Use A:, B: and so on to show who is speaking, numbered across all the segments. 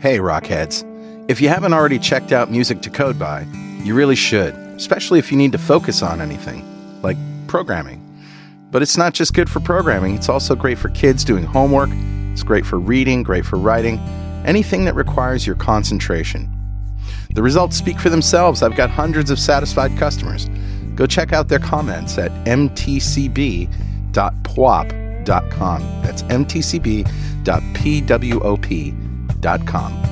A: Hey, Rockheads. If you haven't already checked out Music to Code By, you really should, especially if you need to focus on anything, like programming. But it's not just good for programming, it's also great for kids doing homework, it's great for reading, great for writing, anything that requires your concentration. The results speak for themselves. I've got hundreds of satisfied customers. Go check out their comments at mtcb.pwop.com. That's mtcb.pwop.com.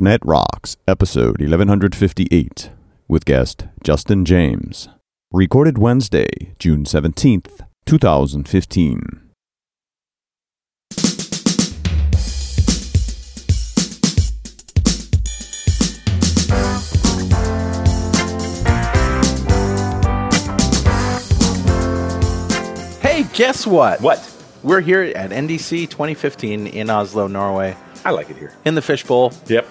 B: .NET Rocks, episode 1158, with guest Justin James. Recorded Wednesday, June 17th, 2015.
A: Hey, guess what?
C: What?
A: We're here at NDC 2015 in Oslo, Norway,
C: I like it here.
A: in the Fishbowl,
C: Yep.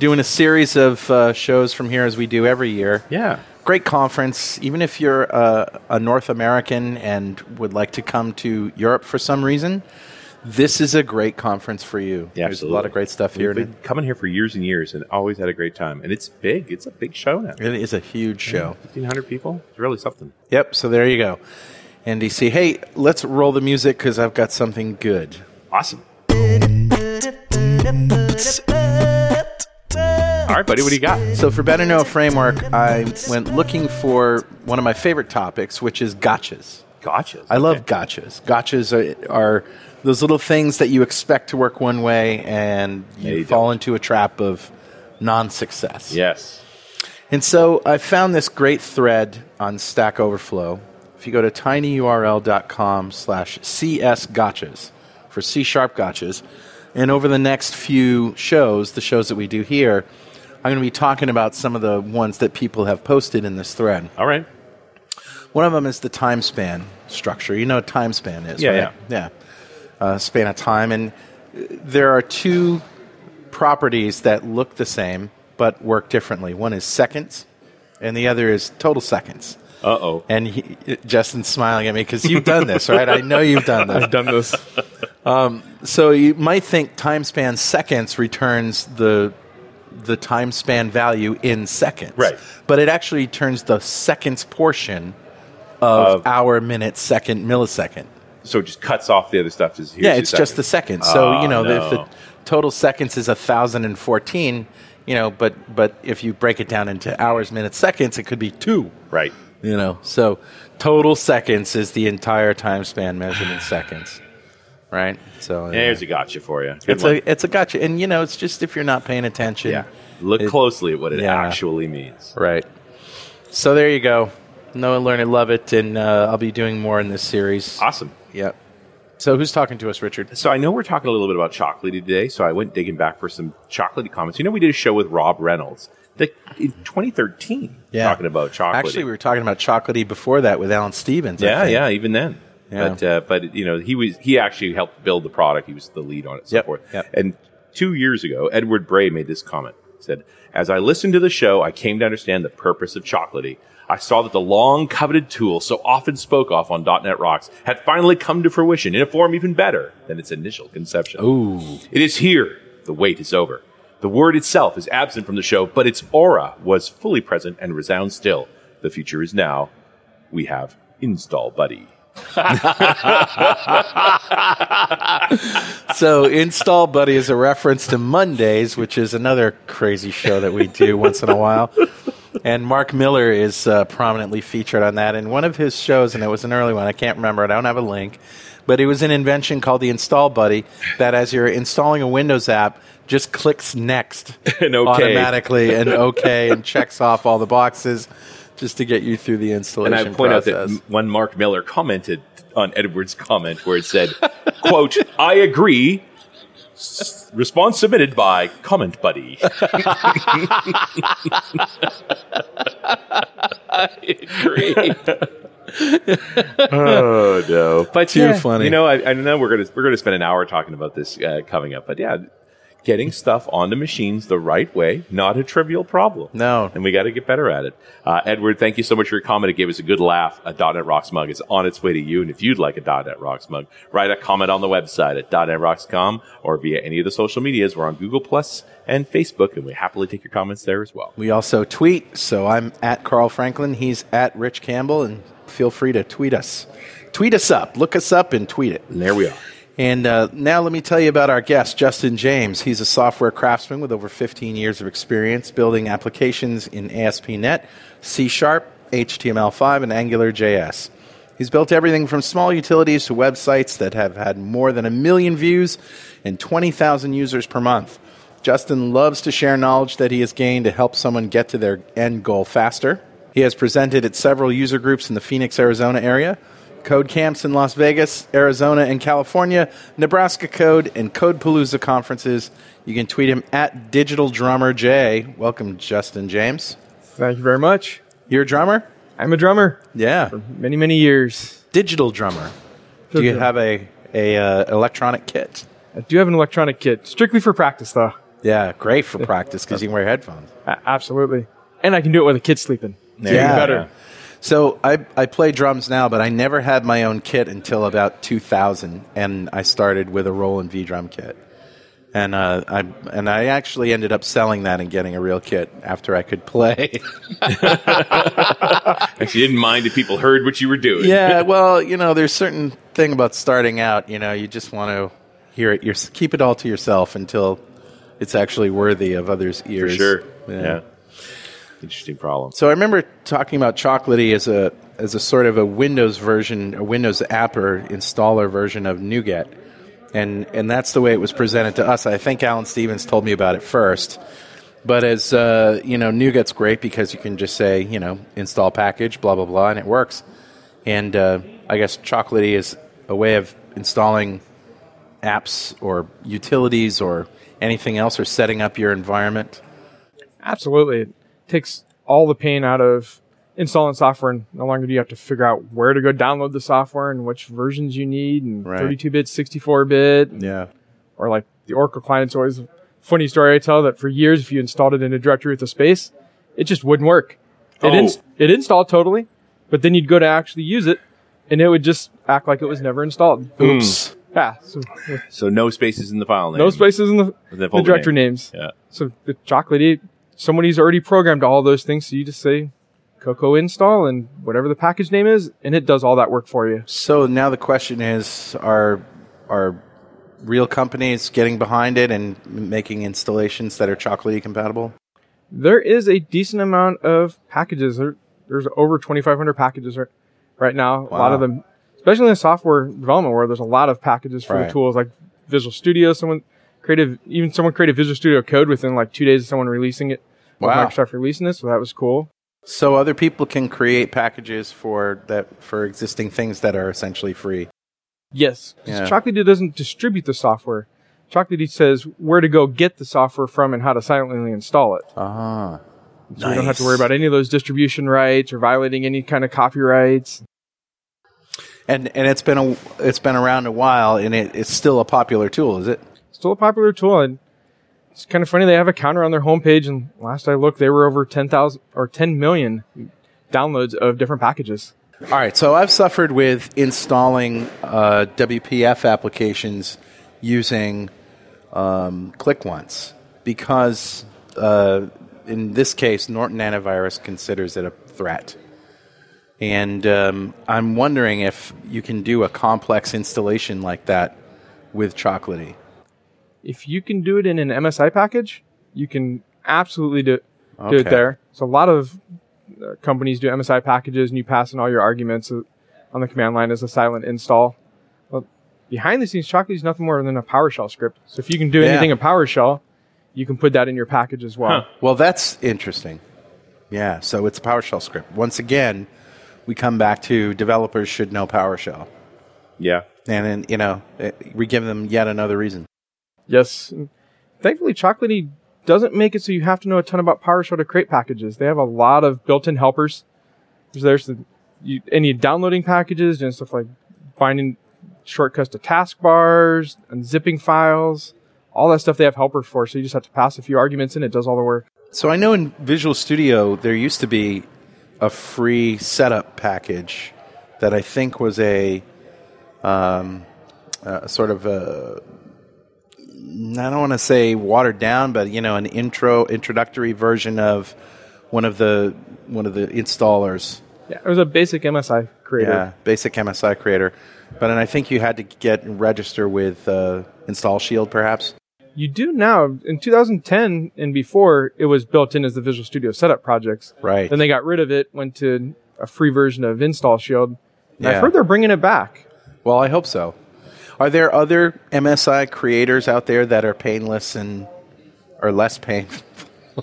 A: doing a series of uh, shows from here as we do every year.
C: Yeah.
A: Great conference. Even if you're a, a North American and would like to come to Europe for some reason, this is a great conference for you.
C: Yeah,
A: There's a lot
C: absolutely.
A: of great stuff here.
C: We've
A: and
C: been coming here for years and years and always had a great time. And it's big. It's a big show now.
A: It is a huge show.
C: 1,500 people. It's really something.
A: Yep, so there you go. NDC. Hey, let's roll the music because I've got something good.
C: Awesome. All right, buddy, what do you got?
A: So, for Better Know Framework, I went looking for one of my favorite topics, which is gotchas.
C: Gotchas.
A: I love gotchas. Gotchas are, are those little things that you expect to work one way and you
C: They
A: fall into a trap of non success.
C: Yes.
A: And so I found this great thread on Stack Overflow. If you go to tinyurl.com slash csgotchas for C sharp gotchas, and over the next few shows, the shows that we do here, I'm going to be talking about some of the ones that people have posted in this thread.
C: All right.
A: One of them is the time span structure. You know what time span is,
C: Yeah,
A: right? Yeah. Uh, span of time. And uh, there are two properties that look the same but work differently. One is seconds, and the other is total seconds.
C: Uh oh.
A: And he, Justin's smiling at me because you've done this, right? I know you've done this.
D: done this.
A: So you might think time span seconds returns the the time span value in seconds.
C: Right.
A: But it actually turns the seconds portion of hour, minute, second, millisecond.
C: So it just cuts off the other stuff. Just, here's
A: Yeah,
C: your
A: it's just the
C: second.
A: seconds. So
C: Ah,
A: you know, if
C: no.
A: the total seconds is thousand and fourteen, you know, but but if you break it down into hours, minutes, seconds, it could be two.
C: Right.
A: You know, so total seconds is the entire time span measured in seconds. Right. So anyway.
C: There's a gotcha for you. Good
A: It's
C: one.
A: a it's a gotcha, and you know it's just if you're not paying attention.
C: yeah. Look
A: It-
C: closely at what it
A: Yeah.
C: actually means.
A: Right. So there you go. Know and learn and love it, and uh, I'll be doing more in this series.
C: Awesome.
A: Yep. So who's talking to us, Richard?
C: So I know we're talking a little bit about chocolatey today, so I went digging back for some chocolatey comments. You know, we did a show with Rob Reynolds the, in 2013 talking about chocolatey.
A: Actually, we were talking about chocolatey before that with Alan Stevens. I
C: yeah,
A: think.
C: yeah, even then.
A: Yeah.
C: But uh, but you know, he was he actually helped build the product. He was the lead on it, so
A: Yep,
C: forth.
A: yep.
C: And two years ago, Edward Bray made this comment. He said, "As I listened to the show, I came to understand the purpose of chocolatey." I saw that the long coveted tool so often spoke of on .NET Rocks had finally come to fruition in a form even better than its initial conception.
A: Ooh.
C: It is here. The wait is over. The word itself is absent from the show, but its aura was fully present and resounds still. The future is now. We have Install Buddy.
A: So install buddy is a reference to Mondays, which is another crazy show that we do once in a while. And Mark Miller is uh, prominently featured on that. And one of his shows, and it was an early one, I can't remember it, I don't have a link, but it was an invention called the Install Buddy that as you're installing a Windows app, just clicks next
C: And okay.
A: automatically and okay and checks off all the boxes just to get you through the
C: And
A: installation
C: I point out
A: process.
C: that m- when Mark Miller commented on Edward's comment where it said, quote, I agree. S- Response submitted by Comment Buddy. oh no! But
A: Too funny.
C: You know, I, I know we're gonna we're gonna spend an hour talking about this uh, coming up, but yeah, Getting stuff onto machines the right way, not a trivial problem.
A: No.
C: And we got to get better at it. Uh, Edward, thank you so much for your comment. It gave us a good laugh. A .NET Rocks mug is on its way to you. And if you'd like a .NET Rocks mug, write a comment on the website at .NETRocks.com or via any of the social medias. We're on Google Plus and Facebook, and we happily take your comments there as well.
A: We also tweet. So I'm at Carl Franklin. He's at Rich Campbell. And feel free to tweet us. Tweet us up. Look us up and tweet it.
C: And there we are.
A: And uh, now let me tell you about our guest, Justin James. He's a software craftsman with over 15 years of experience building applications in ASP.NET, C Sharp, HTML5, and AngularJS. He's built everything from small utilities to websites that have had more than a million views and 20,000 users per month. Justin loves to share knowledge that he has gained to help someone get to their end goal faster. He has presented at several user groups in the Phoenix, Arizona area, Code Camps in Las Vegas, Arizona, and California, Nebraska Code, and Code Palooza conferences. You can tweet him at Digital Drummer J. Welcome, Justin James.
D: Thank you very much.
A: You're a drummer?
D: I'm a drummer.
A: Yeah.
D: Many, many years.
A: Digital drummer. Do you
D: Digital.
A: have a, a uh, electronic kit?
D: I do have an electronic kit, strictly for practice, though.
A: Yeah, great for practice because you can wear headphones.
D: A- absolutely. And I can do it with a kid sleeping.
A: There
D: Even
A: you go.
D: better.
A: So I, I play drums now, but I never had my own kit until about 2000, and I started with a Roland V drum kit, and uh, I and I actually ended up selling that and getting a real kit after I could play.
C: If you didn't mind if people heard what you were doing.
A: yeah, well, you know, there's certain thing about starting out. You know, you just want to hear it. Your, keep it all to yourself until it's actually worthy of others'
C: For
A: ears.
C: sure. Yeah. Interesting problem.
A: So I remember talking about Chocolatey as a as a sort of a Windows version, a Windows app or installer version of NuGet, and and that's the way it was presented to us. I think Alan Stevens told me about it first. But as uh, you know, NuGet's great because you can just say you know install package blah blah blah and it works. And uh, I guess Chocolatey is a way of installing apps or utilities or anything else or setting up your environment.
D: Absolutely. It takes all the pain out of installing software, and no longer do you have to figure out where to go download the software and which versions you need, and
A: Right.
D: 32 bit, 64 bit,
A: Yeah.
D: or like the Oracle client's always a funny story I tell that for years, if you installed it in a directory with a space, it just wouldn't work. It,
C: Oh.
D: inst- it installed totally, but then you'd go to actually use it, and it would just act like it was never installed.
A: Oops.
D: Yeah, so
C: So no spaces in the file name.
D: no spaces in the,
C: In
D: the
C: folder
D: directory
C: name.
D: names.
C: Yeah.
D: So the chocolatey, somebody's already programmed all those things, so you just say Coco install and whatever the package name is, and it does all that work for you.
A: So now the question is: Are are real companies getting behind it and m- making installations that are chocolatey compatible?
D: There is a decent amount of packages. There, there's over 2,500 packages right, right now. A lot
A: Wow.
D: of them, especially in the software development where there's a lot of packages for
A: Right.
D: the tools like Visual Studio. Someone created, even someone created Visual Studio code within like two days of someone releasing it. of
A: Wow.
D: Microsoft releasing it, so that was cool.
A: So other people can create packages for that for existing things that are essentially free.
D: Yes. 'cause
A: Yeah.
D: Chocolatey doesn't distribute the software. Chocolatey says where to go get the software from and how to silently install it.
A: Ah,
D: So we don't have to worry about any of those distribution rights or violating any kind of copyrights.
A: And and it's been a it's been around a while, and it, it's still a popular tool, is it?
D: Still a popular tool. And it's kind of funny. They have a counter on their homepage. And last I looked, they were over 10,000 or 10 million downloads of different packages.
A: All right, so I've suffered with installing uh, WPF applications using um, click once because uh, in this case Norton antivirus considers it a threat. And um, I'm wondering if you can do a complex installation like that with Chocolatey.
D: If you can do it in an MSI package, you can absolutely do, do it
A: Okay.
D: there. So a lot of uh, companies do MSI packages, and you pass in all your arguments uh, on the command line as a silent install. Well, behind the scenes, Chocolatey is nothing more than a PowerShell script. So if you can do
A: Yeah.
D: anything in PowerShell, you can put that in your package as well.
A: Well, that's interesting. Yeah, so it's a PowerShell script. Once again, we come back to developers should know PowerShell.
C: Yeah.
A: And then, you know, it, we give them yet another reason.
D: Yes. Thankfully, Chocolatey doesn't make it so you have to know a ton about PowerShell to create packages. They have a lot of built-in helpers. There's, there's the, you, any downloading packages and stuff like finding shortcuts to taskbars, unzipping files, all that stuff they have helpers for. So you just have to pass a few arguments and it does all the work.
A: So I know in Visual Studio there used to be a free setup package that I think was a um, uh, sort of a I don't want to say watered down, but you know an intro introductory version of one of the one of the installers.
D: Yeah, it was a basic MSI creator.
A: Yeah, basic MSI creator. But and I think you had to get and register with uh, Install Shield, perhaps.
D: You do now. In 2010 and before, it was built in as the Visual Studio setup projects.
A: Right.
D: Then they got rid of it, went to a free version of Install Shield. And
A: Yeah.
D: I've heard they're bringing it back.
A: Well, I hope so. Are there other MSI creators out there that are painless and or less painful,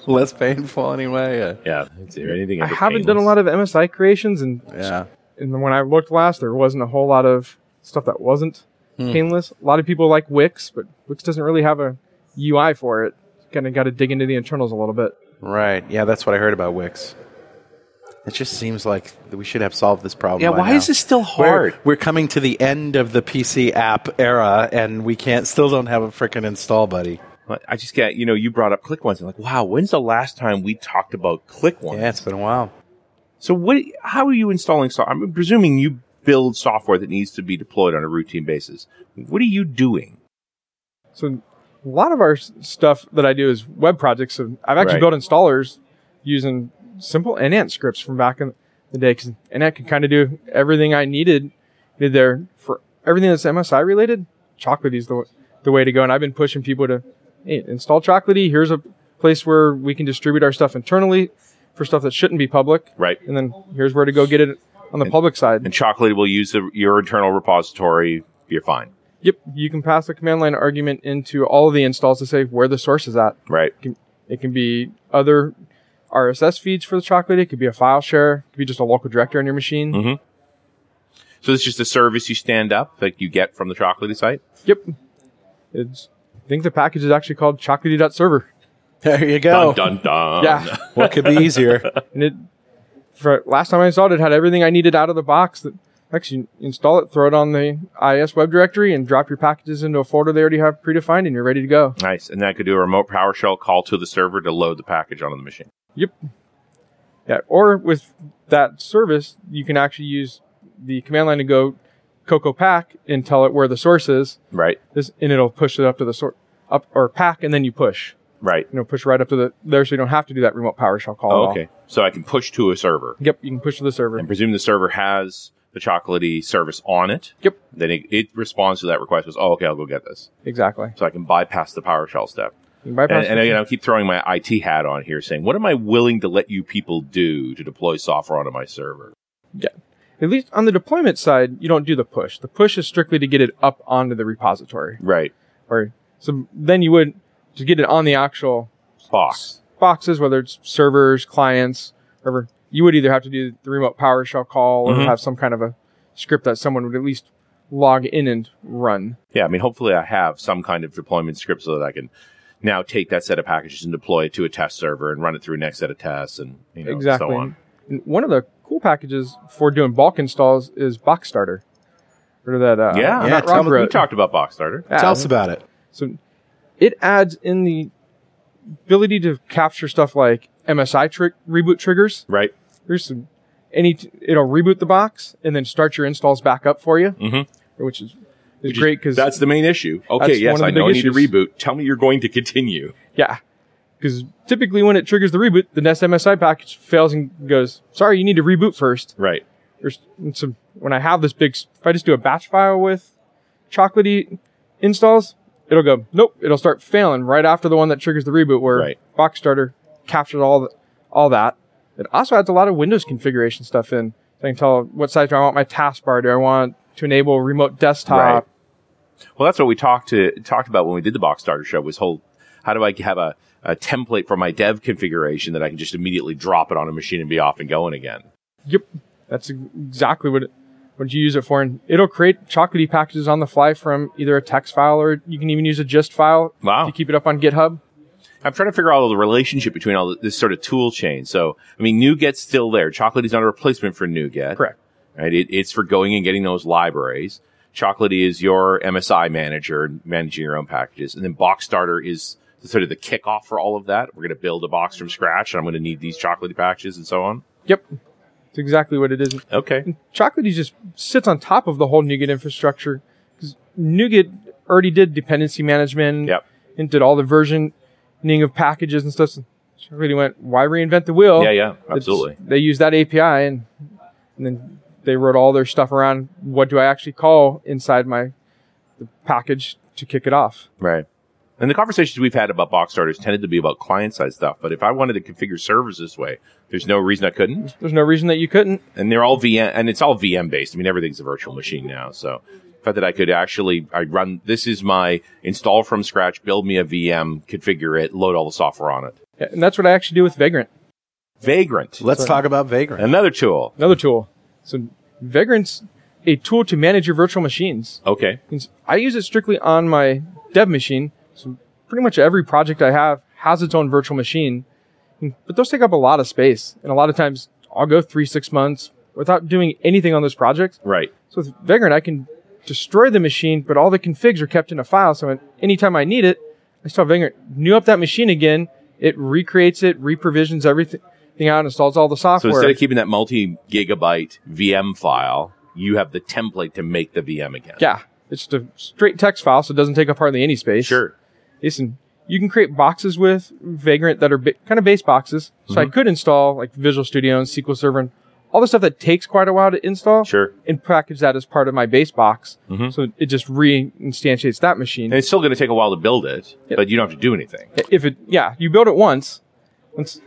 A: less painful anyway? Uh,
C: Yeah. Is there anything
D: I haven't done a lot of MSI creations, and
A: yeah.
D: and when I looked last, there wasn't a whole lot of stuff that wasn't
A: Hmm.
D: painless. A lot of people like Wix, but Wix doesn't really have a UI for it. Kind of got to dig into the internals a little bit.
A: Right. Yeah, that's what I heard about Wix. It just seems like that we should have solved this problem.
C: Yeah,
A: by
C: why
A: now.
C: is this still
A: We're-
C: hard?
A: We're, coming to the end of the PC app era, and we can't still don't have a freaking install buddy.
C: I just get, you know, you brought up click once. I'm like, wow, when's the last time we talked about click once?
A: Yeah, it's been a while.
C: So what? How are you installing software? I'm presuming you build software that needs to be deployed on a routine basis. What are you doing?
D: So a lot of our s- stuff that I do is web projects. So I've actually
C: Right.
D: built installers using simple Inant scripts from back in the day because Inant could kind of do everything I needed did there for everything that's MSI related. Chocolatey is the, w- the way to go. And I've been pushing people to hey, install Chocolatey. Here's a place where we can distribute our stuff internally for stuff that shouldn't be public.
C: Right.
D: And then here's where to go get it on the public side.
C: And chocolate will use the, your internal repository. You're fine,
D: yep. You can pass the command line argument into all of the installs to say where the source is at.
C: right?
D: It can be other RSS feeds for the chocolate. It could be a file share. It could be just a local directory on your machine.
C: Mhm. So it's just a service you stand up that you get from the chocolatey site.
D: Yep. It's, I think the package is actually called chocolatey.server.
A: There you go.
C: Dun dun dun.
D: yeah.
A: What could be easier?
D: And it, for last time I installed it, it had everything I needed out of the box. That actually you install it, throw it on the IS web directory, and drop your packages into a folder they already have predefined, and you're ready to go.
C: Nice. And that could do a remote PowerShell call to the server to load the package onto the machine.
D: Yeah. Or with that service, you can actually use the command line to go cocoa pack and tell it where the source is.
C: Right.
D: this and it'll push it up to the sort up or pack and then you push
C: Right.
D: you know push right up to the there so you don't have to do that remote powershell call at
C: Oh,
D: all.
C: okay. So I can push to a server.
D: yep you can push to the server
C: And presume the server has the chocolatey service on it.
D: Yep.
C: Then it, it responds to that request. Goes, oh, okay, I'll go get this.
D: exactly
C: So I can bypass the PowerShell step.
D: you can bypass
C: And, and
D: the-
C: again, I keep throwing my IT hat on here, saying, "What am I willing to let you people do to deploy software onto my server?" uh,
D: at least on the deployment side you don't do the push the push is strictly to get it up onto the repository
C: Right.
D: or so then you would to get it on the actual
C: Box.
D: boxes whether it's servers clients whatever you would either have to do the remote powershell call or
C: Mhm.
D: have some kind of a script that someone would at least log in and run
C: Yeah. I mean, hopefully, I have some kind of deployment script so that I can now take that set of packages and deploy it to a test server and run it through next set of tests and you know,
D: exactly.
C: so on.
D: And one of the cool packages for doing bulk installs is Box Starter. Heard of that? Uh,
C: yeah.
A: yeah,
D: Matt
A: tell
D: Rob
A: me-
D: wrote.
C: We talked about Boxstarter.
D: Yeah.
A: Tell us about it.
D: So it adds in the ability to capture stuff like MSI trick reboot triggers.
C: Right.
D: There's some any t- it'll reboot the box and then start your installs back up for you,
C: Mhm.
D: which is is great because
C: That's the main issue. Okay.
D: That's
C: yes,
D: one of the
C: I know I
D: big
C: need to
D: issues.
C: reboot. Tell me you're going to continue.
D: Yeah. Because typically when it triggers the reboot, the next MSI package fails and goes, sorry, you need to reboot first.
C: Right.
D: there's some when I have this big s- if I just do a batch file with chocolatey installs, it'll go nope, it'll start failing right after the one that triggers the reboot where
C: Right.
D: box starter captured all the, all that. It also adds a lot of Windows configuration stuff in. So I can tell what size do I want my taskbar? Do I want to enable remote desktop?
C: Well, that's what we talked to talked about when we did the box starter show. Was whole how do I have a, a template for my dev configuration that I can just immediately drop it on a machine and be off and going again?
D: Yep. That's ex- exactly what it, what you use it for. And it'll create chocolatey packages on the fly from either a text file or you can even use a gist file
C: Wow.
D: to keep it up on GitHub.
C: I'm trying to figure out the relationship between all this sort of tool chain. So, I mean, NuGet's still there. Chocolate is not a replacement for NuGet.
D: Correct.
C: Right. It, it's for going and getting those libraries. Chocolatey is your MSI manager, managing your own packages. And then Box Starter is sort of the kickoff for all of that. We're going to build a box from scratch, and I'm going to need these Chocolatey packages and so on.
D: Yep. It's exactly what it is.
C: Okay.
D: Chocolatey just sits on top of the whole NuGet infrastructure because NuGet already did dependency management
C: Yep.
D: and did all the versioning of packages and stuff. So Chocolatey went, why reinvent the wheel?
C: Yeah, yeah,
D: It's-
C: absolutely.
D: They used that API and, and then they wrote all their stuff around what do I actually call inside my the package to kick it off.
C: Right. And the conversations we've had about box starters tended to be about client side stuff. But if I wanted to configure servers this way, there's no reason I couldn't.
D: There's no reason that you couldn't.
C: and they're all VM, and it's all VM based. I mean, everything's a virtual machine now. So the fact that I could actually, I run, this is my install from scratch, build me a VM, configure it, load all the software on it.
D: Yeah, And that's what I actually do with Vagrant,
C: Vagrant,
A: Let's talk about Vagrant.
C: another tool.
D: another tool. So Vagrant's a tool to manage your virtual machines.
C: Okay.
D: means I use it strictly on my dev machine. So pretty much every project I have has its own virtual machine, but those take up a lot of space. And a lot of times I'll go three, six months without doing anything on those projects.
C: Right.
D: So with Vagrant, I can destroy the machine, but all the configs are kept in a file. So when- anytime I need it, I just tell Vagrant, new up that machine again. It recreates it, reprovisions everything out, installs all the
C: So
D: software.
C: instead of keeping that multi gigabyte VM file, you have the template to make the VM again.
D: yeah, it's just a straight text file, so it doesn't take up hardly any space.
C: Sure.
D: Listen, you can create boxes with Vagrant that are bi- kind of base boxes. So
C: Mm-hmm.
D: I could install like Visual Studio and SQL Server and all the stuff that takes quite a while to install
C: Sure. Mm-hmm.
D: and package that as part of my base box. So it just re-instantiates that machine.
C: And it's still going to take a while to build it,
D: Yep.
C: but you don't have to do anything.
D: if it, yeah, you build it once, once,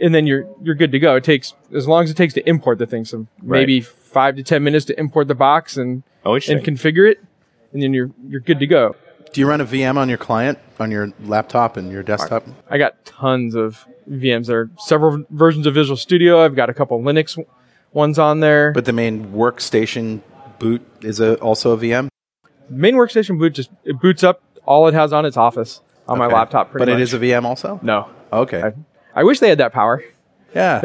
D: and then you're, you're good to go. It takes as long as it takes to import the thing. So maybe five to 10 minutes to import the box and,
C: Oh,
D: and
C: interesting.
D: configure it. And then you're, you're good to go.
A: Do you run a VM on your client, on your laptop and your desktop?
D: I got tons of VMs. There are several versions of Visual Studio. I've got a couple Linux w- ones on there. But
A: But the main workstation boot is a, also a VM?
D: main workstation boot just it boots up all it has on its office on my
A: Okay.
D: laptop. Pretty
A: But
D: much.
A: it is a VM also?
D: no.
A: Okay.
D: I wish they had that power.
A: yeah.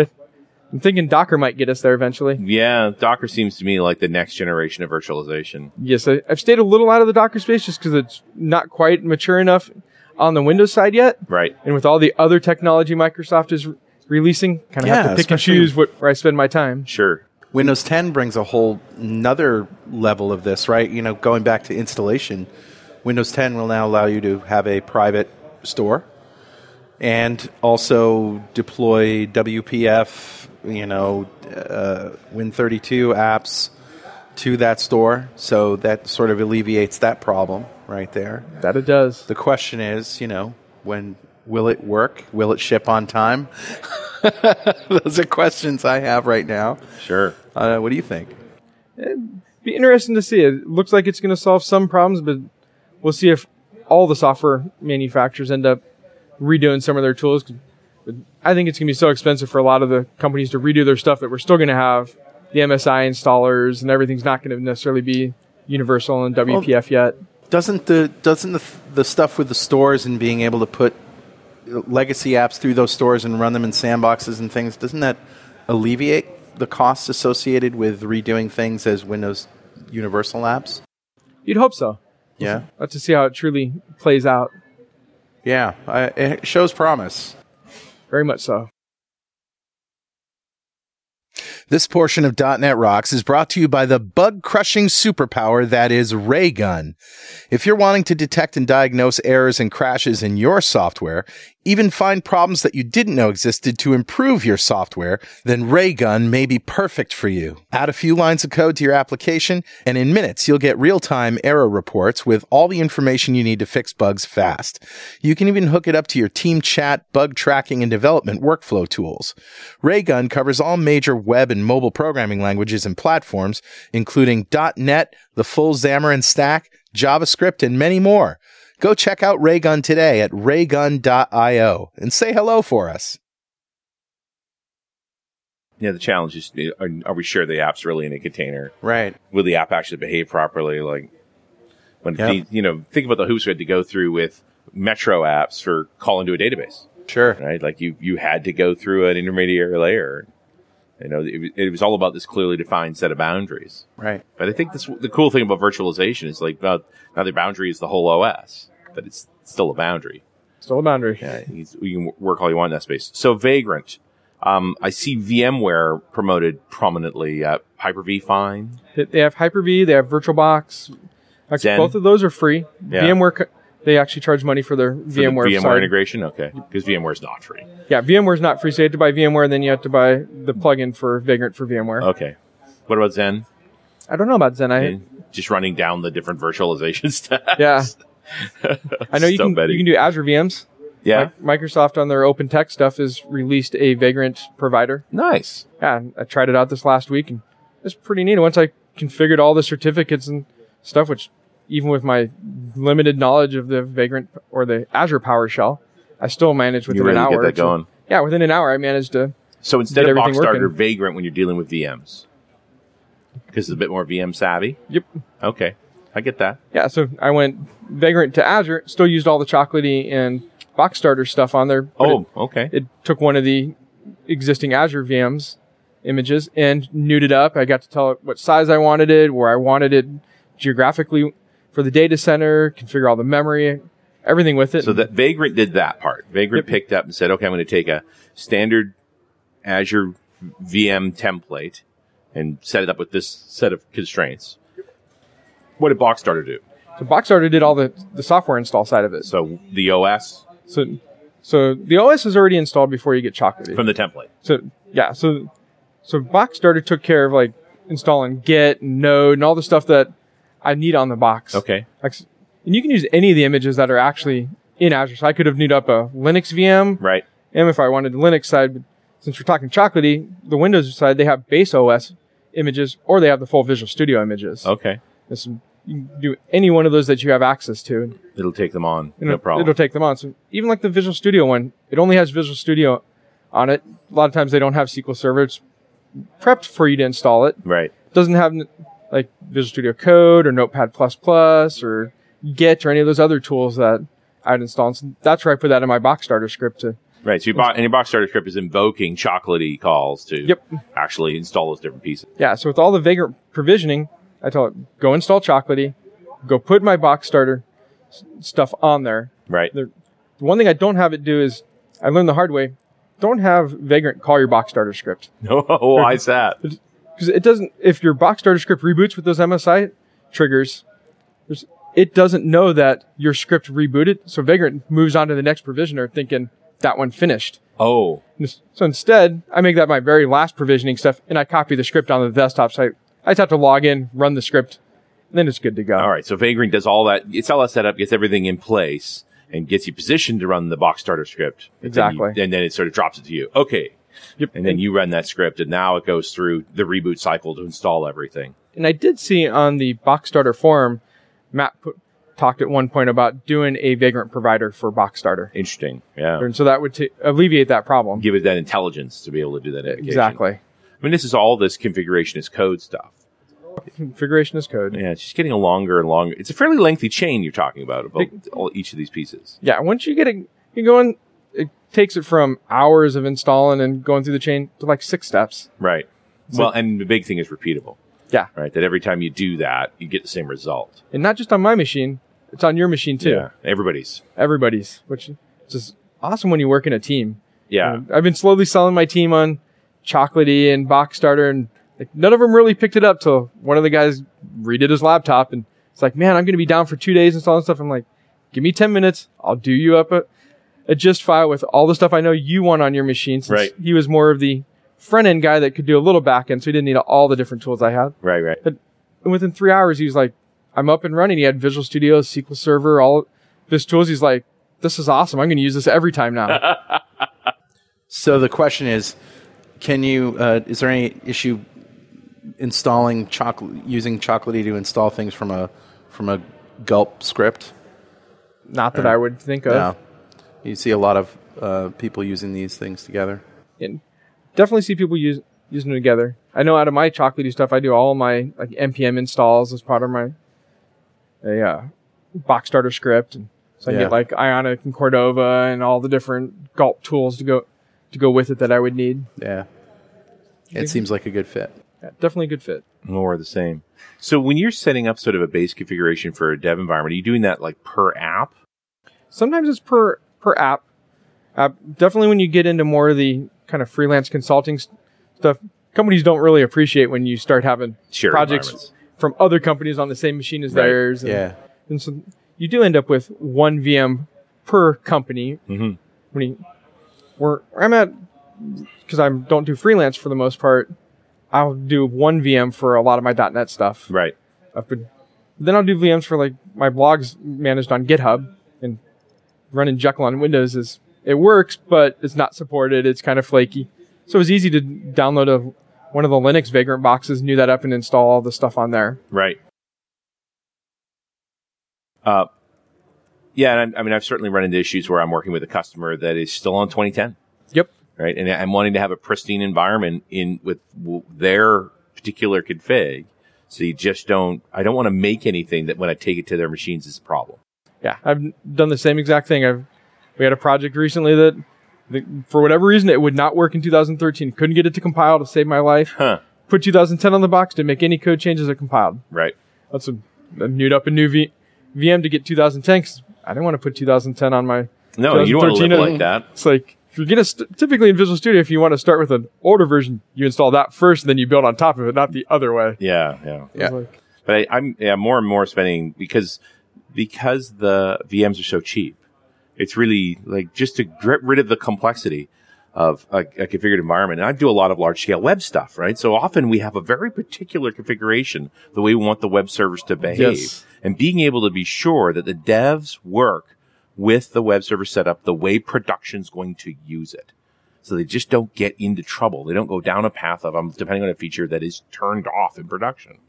D: I'm thinking Docker might get us there eventually.
C: Yeah. Docker seems to me like the next generation of virtualization.
D: Yes, I, I've stayed a little out of the Docker space just because it's not quite mature enough on the Windows side yet.
C: Right.
D: And with all the other technology Microsoft is re- releasing, kind of have
A: Yeah,
D: to pick and
A: especially-
D: choose what, where I spend my time.
C: Sure.
A: Windows 10 brings a whole another level of this, right? You know, going back to installation, Windows 10 will now allow you to have a private store and also deploy WPF, you know, uh, Win32 apps to that store. So that sort of alleviates that problem right there.
D: That it does.
A: The question is, you know, when will it work? Will it ship on time? Those are questions I have right now.
C: Sure.
A: Uh, what do you think?
D: be interesting to see. It looks like it's going to solve some problems, but we'll see if all the software manufacturers end up redoing some of their tools. 'Cause I think it's going to be so expensive for a lot of the companies to redo their stuff that we're still going to have the MSI installers and everything's not going to necessarily be universal and WPF yet.
A: Doesn't the doesn't the, the stuff with the stores and being able to put legacy apps through those stores and run them in sandboxes and things doesn't that alleviate the costs associated with redoing things as Windows Universal apps?
D: You'd hope so.
A: Yeah,
D: Let's just see how it truly plays out.
A: yeah, I, it shows promise.
D: Very much so.
A: This portion of .NET Rocks is brought to you by the bug-crushing superpower that is Raygun. If you're wanting to detect and diagnose errors and crashes in your software, even find problems that you didn't know existed to improve your software, then Raygun may be perfect for you. Add a few lines of code to your application, and in minutes, you'll get real-time error reports with all the information you need to fix bugs fast. You can even hook it up to your team chat, bug tracking, and development workflow tools. Raygun covers all major web and mobile programming languages and platforms, including .NET, the full Xamarin Stack, JavaScript, and many more. Go check out Raygun today at raygun.io and say hello for us.
C: Yeah, the challenge is you know, are, are we sure the app's really in a container?
A: Right.
C: Will the app actually behave properly? Like when
A: Yeah.
C: the, you know, think about the hoops we had to go through with Metro apps for calling to a database,
A: Sure.
C: right? Like you you had to go through an intermediary layer. You know, it, it was all about this clearly defined set of boundaries.
A: Right.
C: But I think this the cool thing about virtualization is like now, now the boundary is the whole OS, but it's still a boundry.
D: Still a boundary.
C: Yeah, you you can work all you want in that space. So Vagrant, um, I see VMware promoted prominently. Uh, Hyper-V Fine,
D: They, they have Hyper V, they have VirtualBox. Like,
C: Zen.
D: both of those are free.
C: Yeah.
D: VMware, co- they actually charge money for their
C: for the
D: VMware.
C: VMware
D: side.
C: integration. Okay, because VMware is not free.
D: Yeah, VMware's not free, so you have to buy VMware, and then you have to buy the plugin for Vagrant for VMware.
C: Okay, what about Zen?
D: I don't know about Zen. I
C: Just running down the different virtualization stuff.
D: yeah, I know you
C: Still
D: can
C: betting.
D: you can do Azure VMs.
C: Yeah,
D: Mi- Microsoft on their open tech stuff has released a Vagrant provider.
C: nice.
D: Yeah, and I tried it out this last week, and it's pretty neat. Once I configured all the certificates and stuff, which even with my limited knowledge of the Vagrant or the Azure PowerShell, I still managed
C: You
D: within
C: really
D: an
C: get
D: hour.
C: that
D: to-
C: going.
D: yeah, within an hour, I managed to.
C: So instead
D: Get
C: of
D: everything
C: Boxstarter,
D: working.
C: Vagrant when you're dealing with VMs, because it's a bit more VM savvy.
D: Yep.
C: Okay, I get that.
D: Yeah, so I went Vagrant to Azure, still used all the chocolatey and box starter stuff on there. but
C: Oh, okay.
D: it, it took one of the existing Azure VMs images and newed it up. I got to tell it what size I wanted it, where I wanted it geographically for the data center, configure all the memory, everything with it.
C: So that Vagrant did that part. Vagrant picked up and said, "Okay, I'm going to take a standard Azure VM template and set it up with this set of constraints." What did Boxstarter do?
D: so Boxstarter did all the, the software install side of it.
C: So the OS
D: So so the OS is already installed before you get chocolatey.
C: from the template.
D: So yeah, so so box starter took care of like installing Git and Node and all the stuff that I need on the box.
C: Okay.
D: Like, s- and you can use any of the images that are actually in Azure. So I could have newed up a Linux VM,
C: Right.
D: and if I wanted the Linux side, but since we're talking chocolatey, the Windows side they have base OS images or they have the full Visual Studio images.
C: Okay.
D: This- you can do any one of those that you have access to. and
C: It'll take them on.
D: It'll,
C: No problem.
D: It'll take them on. So even like the Visual Studio one, it only has Visual Studio on it. A lot of times they don't have SQL Server. It's prepped for you to install it.
C: right.
D: Doesn't have like Visual Studio Code or Notepad or Git or any of those other tools that I'd install. And so that's where I put that in my box starter script to
C: Right. So your bo- and your Boxstarter script is invoking chocolatey calls to
D: Yep.
C: actually install those different pieces.
D: Yeah, so with all the Vagrant provisioning, I tell it go install Chocolatey, go put my box starter s- stuff on there.
C: Right.
D: The the one thing I don't have it do is I learned the hard way. Don't have Vagrant call your box starter script
C: No, Oh, why is that?
D: because it doesn't. If your box starter script reboots with those MSI triggers, there's- it doesn't know that your script rebooted. So Vagrant moves on to the next provisioner, thinking that one finished.
C: Oh,
D: So instead, I make that my very last provisioning stuff, and I copy the script on the desktop. So I, I just have to log in, run the script, and then it's good to go.
C: All right. So Vagrant does all that. It's all that set up, gets everything in place, and gets you positioned to run the box starter script. And then you-
D: Exactly.
C: and then it sort of drops it to you. Okay.
D: Yep.
C: And then you run that script, and now it goes through the reboot cycle to install everything.
D: And I did see on the Box Starter forum, Matt put, talked at one point about doing a Vagrant provider for Box Starter,
C: Interesting. Yeah.
D: and so that would ta- alleviate that problem.
C: Give it that intelligence to be able to do that. Application.
D: Exactly.
C: I mean, this is all this configuration is code stuff.
D: Configuration is code.
C: Yeah. It's just getting a longer and longer. It's a fairly lengthy chain you're talking about about all, each of these pieces.
D: Yeah, once you get it, you go in, it takes it from hours of installing and going through the chain to like six steps.
C: Right. well, and the big thing is repeatable.
D: Yeah.
C: Right. That every time you do that, you get the same result.
D: And not just on my machine, it's on your machine too.
C: Everybody's.
D: everybody's, which is just awesome when you work in a team.
C: Yeah.
D: And Um, I've been slowly selling my team on Chocolatey and Box Starter, and like, none of them really picked it up till one of the guys redid his laptop, and it's like, man, I'm going to be down for two days installing stuff. I'm like, give me ten minutes, I'll do you up a, a gist file with all the stuff I know you want on your machine. Since
C: Right.
D: He was more of the front end guy that could do a little back end, so he didn't need all the different tools I had.
C: Right. Right.
D: And within three hours, he was like, I'm up and running. He had Visual Studio, SQL Server, all his tools. He's like, this is awesome. I'm going to use this every time now.
A: So the question is, can you? Uh, is there any issue installing chocolate using Chocolatey to install things from a from a gulp script?
D: Not that I would think of.
A: No. You see a lot of uh, people using these things together.
D: And definitely see people use, using them together. I know out of my chocolatey stuff, I do all my like npm installs as part of my a uh, box starter script, and so I
A: Yeah.
D: get like Ionic and Cordova and all the different gulp tools to go to go with it that I would need.
A: Yeah. It seems like a good fit.
D: Yeah, definitely a good fit.
C: More of the same. So when you're setting up sort of a base configuration for a dev environment, are you doing that like per app?
D: Sometimes it's per per app. Uh, definitely when you get into more of the kind of freelance consulting s- stuff, companies don't really appreciate when you start having
C: Shared
D: projects from other companies on the same machine as
C: Right.
D: theirs. And,
A: Yeah.
D: and so you do end up with one VM per company
C: environments?
D: when you where I'm at because I don't do freelance for the most part. I'll do one VM for a lot of my .NET stuff.
C: Right.
D: I've been, then I'll do VMs for like my blogs managed on GitHub and running Jekyll on Windows is it works, but it's not supported. It's kind of flaky, so it was easy to download a one of the Linux Vagrant boxes, knew that up, and install all the stuff on there.
C: Right. Uh, yeah, and I'm, I mean, I've certainly run into issues where I'm working with a customer that is still on 2010.
D: Yep.
C: Right, and I'm wanting to have a pristine environment in with w- their particular config. So you just don't. I don't want to make anything that when I take it to their machines is a problem.
D: Yeah, I've done the same exact thing. I've we had a project recently that, the, for whatever reason, it would not work in 2013. Couldn't get it to compile to save my life.
C: Huh.
D: Put 2010 on the box, didn't make any code changes. It compiled.
C: Right.
D: That's a, I newed up a new v, VM to get 2010. 'cause I didn't want to put 2010 on my.
C: No, you don't want to live
D: 2013
C: like that.
D: It's like if you're gonna st- typically in Visual Studio, if you want to start with an older version, you install that first, and then you build on top of it, not the other way.
C: Yeah. Yeah.
D: It's
A: Yeah.
D: like-
C: But I, I'm yeah more and more spending because because the VMs are so cheap. It's really like just to get rid of the complexity of a, a configured environment. And I do a lot of large scale web stuff, right? So often we have a very particular configuration the way we want the web servers to behave,
D: Yes.
C: and being able to be sure that the devs work with the web server setup the way production's going to use it. So they just don't get into trouble. They don't go down a path of I'm depending on a feature that is turned off in production.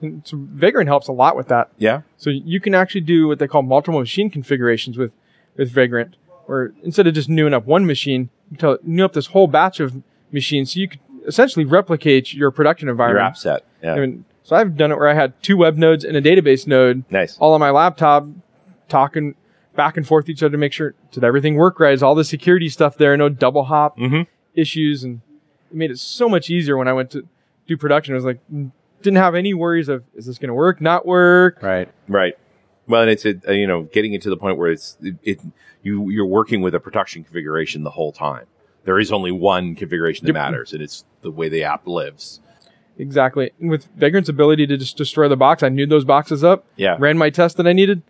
D: and so Vagrant helps a lot with that.
C: Yeah.
D: So you can actually do what they call multiple machine configurations with, with Vagrant, where instead of just newing up one machine, you tell, new up this whole batch of machines. So you could essentially replicate your production
C: Your
D: environment.
C: app set. Yeah.
D: I mean, so I've done it where I had two web nodes and a database node
C: nice.
D: all on my laptop, talking back and forth to each other to make sure did everything work right. Is all the security stuff there? No double hop
C: Mhm.
D: issues, and it made it so much easier when I went to do production. I was like, didn't have any worries of is this going to work, not work.
A: Right.
C: Right. Well, and it's a, uh, you know getting it to the point where it's it, it you you're working with a production configuration the whole time. There is only one configuration that
D: Yep.
C: matters, and it's the way the app lives.
D: Exactly. And with Vagrant's ability to just destroy the box, I knew those boxes up,
C: Yeah.
D: ran my test that I needed,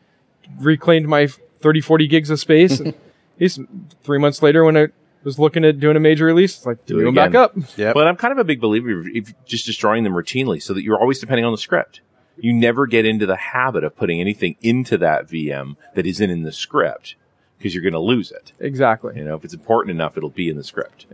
D: reclaimed my 30, 40 gigs of space. and it's- three months later, when I was looking at doing a major release, it's like,
C: Do it
D: do them
C: again.
D: back up.
A: Yep.
C: Well, and I'm kind of a big believer of if just destroying them routinely, so that you're always depending on the script. You never get into the habit of putting anything into that VM that isn't in the script because you're going to lose it.
D: Exactly.
C: You know, if it's important enough, it'll be in the script.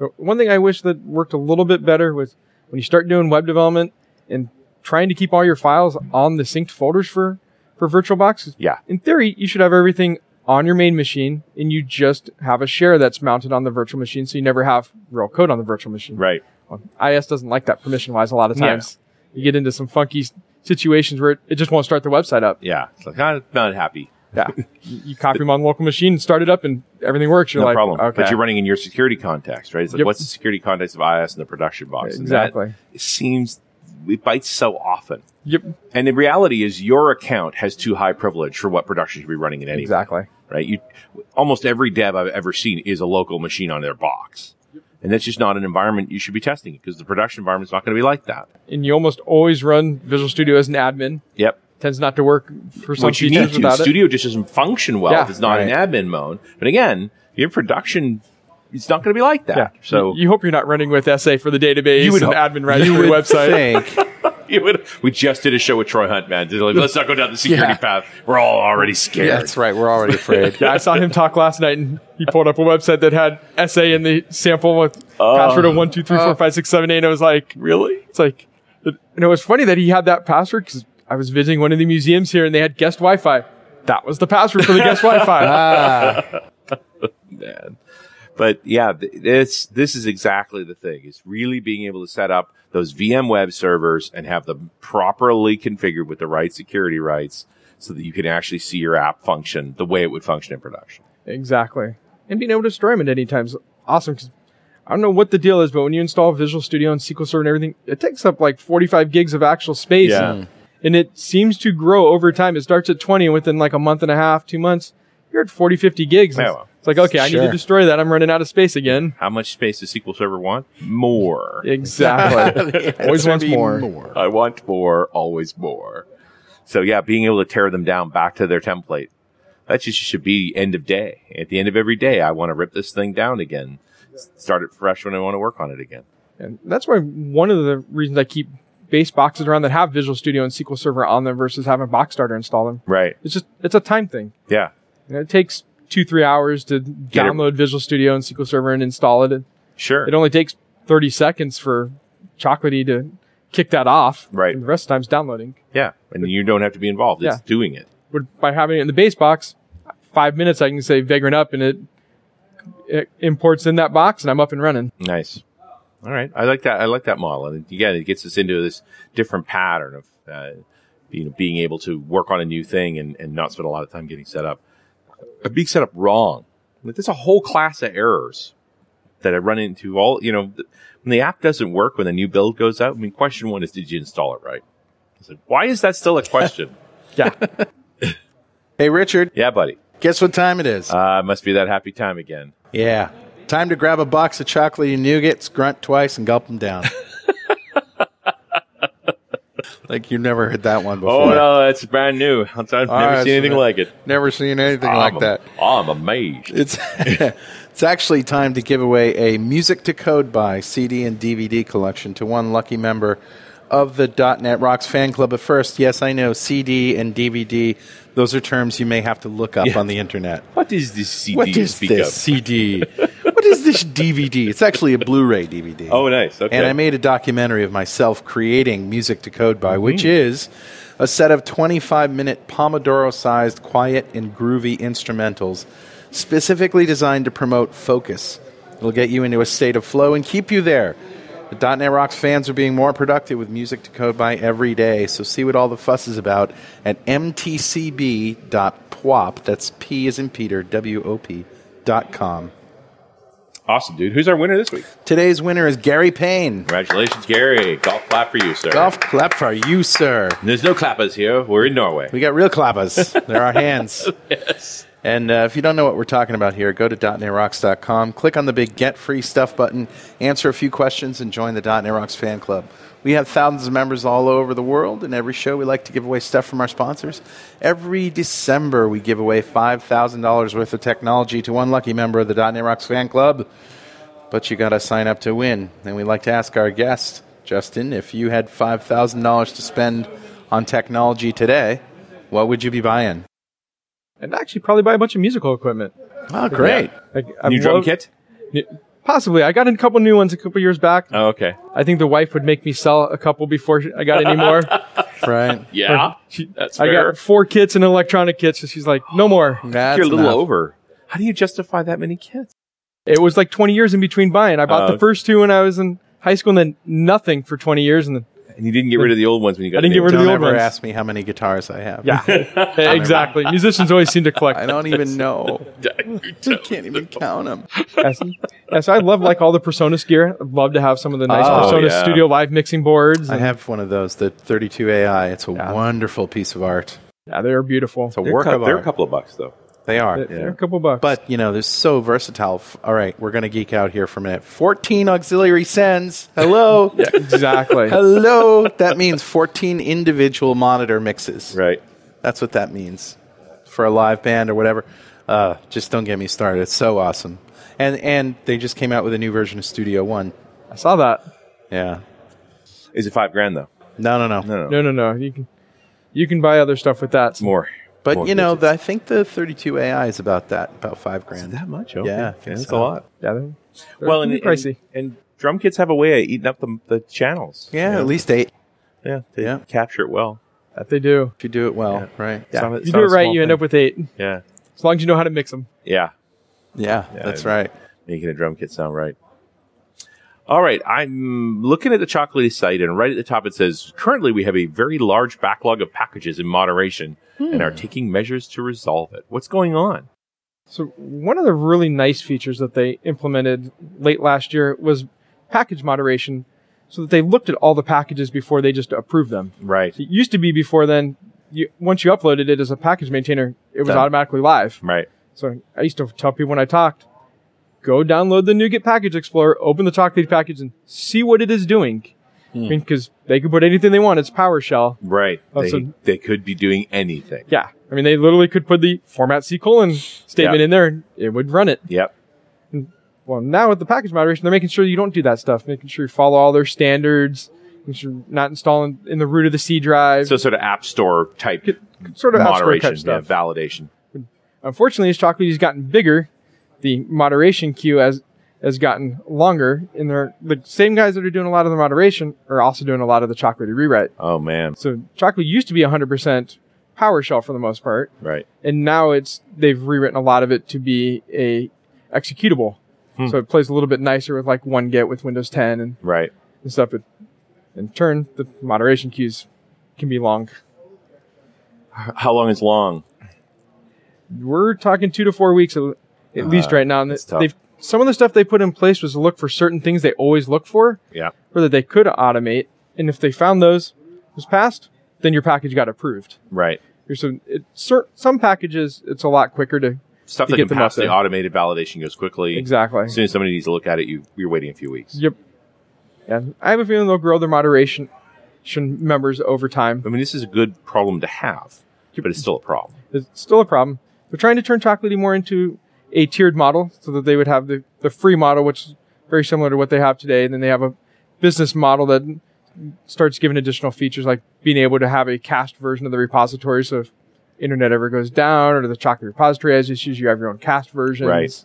D: But one thing I wish that worked a little bit better was when you start doing web development and trying to keep all your files on the synced folders for, for VirtualBox.
C: Yeah.
D: In theory, you should have everything on your main machine and you just have a share that's mounted on the virtual machine. So you never have real code on the virtual machine.
C: Right.
D: IS doesn't like that permission wise a lot of
C: Yeah.
D: times. You get into some funky s- situations where it, it just won't start the website up.
C: Yeah. It's like I'm not happy.
D: Yeah. you, you copy them on the local machine, start it up, and everything works. You're
C: no
D: like,
C: problem.
D: okay.
C: But you're running in your security context, right? It's like,
D: Yep.
C: what's the security context of IS in the production box? And that
D: Exactly.
C: seems it bites so often.
D: Yep.
C: And the reality is, your account has too high privilege for what production should be running in any
D: Exactly.
C: right? You almost every dev I've ever seen is a local machine on their box, and that's just not an environment you should be testing because the production environment's not going to be like that.
D: And you almost always run Visual Studio as an admin.
C: Yep.
D: Tends not to work for some
C: Which you need
D: features
C: to. The
D: without it.
C: studio just doesn't function well
D: Yeah.
C: if it's not in admin mode. But again, your production, it's not going to be like that.
D: Yeah.
C: So
D: you, you hope you're not running with SA for the database
C: You would
D: and
C: hope-
D: admin rights for your website.
A: Think,
C: You would- we just did a show with Troy Hunt, man. They're like, Let's not go down the security
A: Yeah.
C: path. We're all already scared.
A: yeah, that's right. We're already afraid.
D: Yeah, I saw him talk last night, and he pulled up a website that had SA in the sample with password of one two three four five six seven eight. And I was like,
C: Really?
D: It's like, and it was funny that he had that password because I was visiting one of the museums here and they had guest Wi Fi. That was the password for the guest Wi Fi.
C: Man. But yeah, th- this this is exactly the thing. It's really being able to set up those VM web servers and have them properly configured with the right security rights so that you can actually see your app function the way it would function in production.
D: exactly. And being able to destroy them at any time is awesome because I don't know what the deal is, but when you install Visual Studio and SQL Server and everything, it takes up like 45 gigs of actual space.
C: Yeah.
D: And it seems to grow over time. It starts at 20 and within like a month and a half, two months, you're at 40, 50 gigs.
C: Yeah,
D: It's-
C: well.
D: It's like, okay, I need
E: Sure.
D: to destroy that. I'm running out of space again.
C: How much space does SQL Server want? More.
D: Exactly. Always wants more.
C: I want more, always more. So yeah, being able to tear them down back to their template. That just should be end of day. At the end of every day, I want to rip this thing down again. S- Start it fresh when I want to work on it again.
D: And that's why one of the reasons I keep base boxes around that have Visual Studio and SQL Server on them versus having Box Starter install them.
C: Right.
D: It's just, it's a time thing.
C: Yeah.
D: You know, it takes two, three hours to
C: it-
D: download Visual Studio and SQL Server and install it.
C: Sure.
D: It only takes 30 seconds for Chocolatey to kick that off.
C: Right.
D: And the rest of the time's downloading.
C: Yeah. And you don't have to be involved. It's
D: Yeah.
C: doing it.
D: But by having it in the base box, five minutes I can say Vagrant up and it, it imports in that box and I'm up and running.
C: Nice. All right. I like that. I like that model. And again, it gets us into this different pattern of, uh, you know, being able to work on a new thing and, and not spend a lot of time getting set up. Uh, Being set up wrong. Like, There's a whole class of errors that I run into all, you know, th- when the app doesn't work, when the new build goes out, I mean, question one is, did you install it right? It's like, why is that still a question?
E: Hey, Richard,
C: yeah, buddy.
E: guess what time it is?
C: Uh, must be that happy time again.
E: yeah. Time to grab a box of chocolate and nougats, grunt twice, and gulp them down. like you've never heard that one before.
C: Oh, no, that's brand new. I've never
E: right,
C: seen
E: so
C: anything
E: that-
C: like it.
E: Never seen anything
C: I'm
E: like
C: am-
E: that.
C: I'm amazed.
E: It's it's actually time to give away a Music to Code by CD and DVD collection to one lucky member of the .NET Rocks fan club. But first, yes, I know CD and DVD. Those are terms you may have to look up
C: Yeah.
E: on the internet.
C: What is this CD
E: What
C: you
E: is
C: speak
E: this
C: of?
E: CD? what is this DVD? It's actually a Blu-ray DVD.
C: Oh, nice. Okay.
E: And I made a documentary of myself creating Music to Code By, which is a set of 25 minute Pomodoro sized, quiet, and groovy instrumentals specifically designed to promote focus. It'll get you into a state of flow and keep you there. The .NET Rocks fans are being more productive with Music to Code By every day, so see what all the fuss is about at mtcb.pwop, that's P is in Peter, W-O-P, dot com.
C: awesome, dude. Who's our winner this week?
E: Today's winner is Gary Payne.
C: Congratulations, Gary. Golf clap for you, sir.
E: Golf clap for you, sir.
C: There's no clappers here. We're in Norway.
E: We got real clappers. They're our hands.
C: Yes.
E: And uh, if you don't know what we're talking about here, go to .NETRocks.com, click on the big Get Free Stuff button, answer a few questions, and join the .NET Rocks fan club. We have thousands of members all over the world, and every show we like to give away stuff from our sponsors. Every December, we give away $5,000 worth of technology to one lucky member of the .NET Rocks fan club but you got to sign up to win. And we'd like to ask our guest, Justin, if you had $5,000 to spend on technology today, what would you be buying?
D: And actually probably buy a bunch of musical equipment.
E: Oh, great.
D: Like, I
C: New drum
D: love-
C: kit?
D: Possibly. I got a couple new ones a couple years back.
C: Oh, okay.
D: I think the wife would make me sell a couple before she- I got any more.
E: Right.
C: Yeah. That's
D: I
C: fair.
D: got four kits and an electronic kit, so she's like, no more.
E: That's
C: You're a little
E: enough.
C: over. How do you justify that many kids?
D: It was like 20 years in between buying. I bought
C: Oh.
D: the first two when I was in high school and then nothing for 20 years. And then,
C: And you didn't get rid of the old ones when you got
D: I didn't
C: the new
D: get rid of
C: ones.
E: Don't
D: old
E: ever
D: ones.
E: ask me how many guitars I have.
D: yeah, exactly. Musicians always seem to collect.
E: I don't even know. I can't even count them.
D: Yes. Yes, I love like all the Personas gear. I'd love to have some of the nice
E: Oh,
D: Personas
C: yeah.
D: Studio Live mixing boards.
E: I have one of those, the 32AI. It's a wonderful piece of art.
D: yeah, they're beautiful.
E: It's a
C: They're
E: work
C: cou-
E: of
C: They're a
E: art.
C: couple of bucks, though.
E: They are.
D: They're- They're a couple bucks.
E: But, you know, they're so versatile. F- All right, we're going to geek out here for a minute. 14 auxiliary sends. Hello.
D: exactly.
E: Hello. That means 14 individual monitor mixes.
C: Right.
E: That's what that means for a live band or whatever. Uh, just don't get me started. It's so awesome. And and they just came out with a new version of Studio One.
D: I saw that.
E: Yeah.
C: Is it five grand, though?
E: No, no, no.
C: No, no.
D: No, no, no. You can you can buy other stuff with that.
C: More.
E: But
C: More
E: you know,
C: digits.
E: the, I think the 32 AI is about that, about five grand.
C: that much? Okay.
E: Yeah, I think
C: That's a
E: so.
C: lot.
D: Yeah, they're, they're
C: Well, and,
D: pretty pricey.
C: and, and drum kits have a way of eating up the, the channels.
E: yeah,
C: You know?
E: at least eight
C: Yeah. They
E: Yeah.
C: capture it well.
D: that they do.
E: if you do it well, right?
C: Yeah.
D: You do it right, you end up with eight.
C: Yeah.
D: As long as you know how to mix them.
C: Yeah.
E: Yeah, that's right.
C: making a drum kit sound right. All right, I'm looking at the chocolatey site, and right at the top it says, "Currently, we have a very large
D: Hmm.
C: backlog of packages in moderation, and are taking measures to resolve it." What's going on?
D: So one of the really nice features that they implemented late last year was package moderation, so that they looked at all the packages before they just approved them.
C: Right.
D: It used to be before then, you, once you uploaded it as a package maintainer, it was
C: Done.
D: automatically live.
C: Right.
D: So I used to tell people when I talked, go download the NuGet Package Explorer, open the talk lead package, and see what it is doing. I mean, because they can put anything they want. It's PowerShell.
C: Right.
D: Oh,
C: they,
D: so-
C: they could be doing anything.
D: Yeah. I mean, they literally could put the format C colon statement
C: Yeah.
D: in there and it would run it.
C: Yep.
D: Well, now with the package moderation, they're making sure you don't do that stuff, making sure you follow all their standards, making sure you're not installing in the root of the C drive,
C: So sort of app store type
D: sort of app store
C: moderation,
D: type
C: yeah,
D: stuff.
C: validation.
D: Unfortunately, as chocolate has gotten bigger, the moderation queue has has gotten longer, and they're the same guys that are doing a lot of the moderation are also doing a lot of the chocolatey rewrite.
C: Oh man.
D: So chocolate used to be 100% PowerShell for the most part,
C: Right.
D: and now it's they've rewritten a lot of it to be a executable.
C: Hmm.
D: So it plays a little bit nicer with like one get with Windows 10 and,
C: Right.
D: and stuff. But in turn, the moderation queues can be long.
C: How long is long?
D: we're talking two to four weeks at, at
C: Uh,
D: least right now. And
C: that's
D: they-
C: tough.
D: they've some of the stuff they put in place was to look for certain things they always look for,
C: Yeah.
D: or that they could automate. And if they found those was passed, then your package got approved.
C: Right.
D: There's some it, cer- some packages it's a lot quicker to
C: Stuff
D: To
C: that
D: get
C: can
D: them
C: pass
D: up
C: the
D: there.
C: automated validation goes quickly.
D: exactly.
C: As soon as somebody needs to look at it, you you're waiting a few weeks.
D: Yep. Yeah, I have a feeling they'll grow their moderation members over time.
C: I mean, this is a good problem to have, but it's still a problem.
D: It's still a problem. They're trying to turn Chocolatey more into a tiered model so that they would have the, the free model, which is very similar to what they have today. And then they have a business model that starts giving additional features like being able to have a cached version of the repository. So if internet ever goes down or the chocolate repository has issues, you have your own cached versions.
C: Right.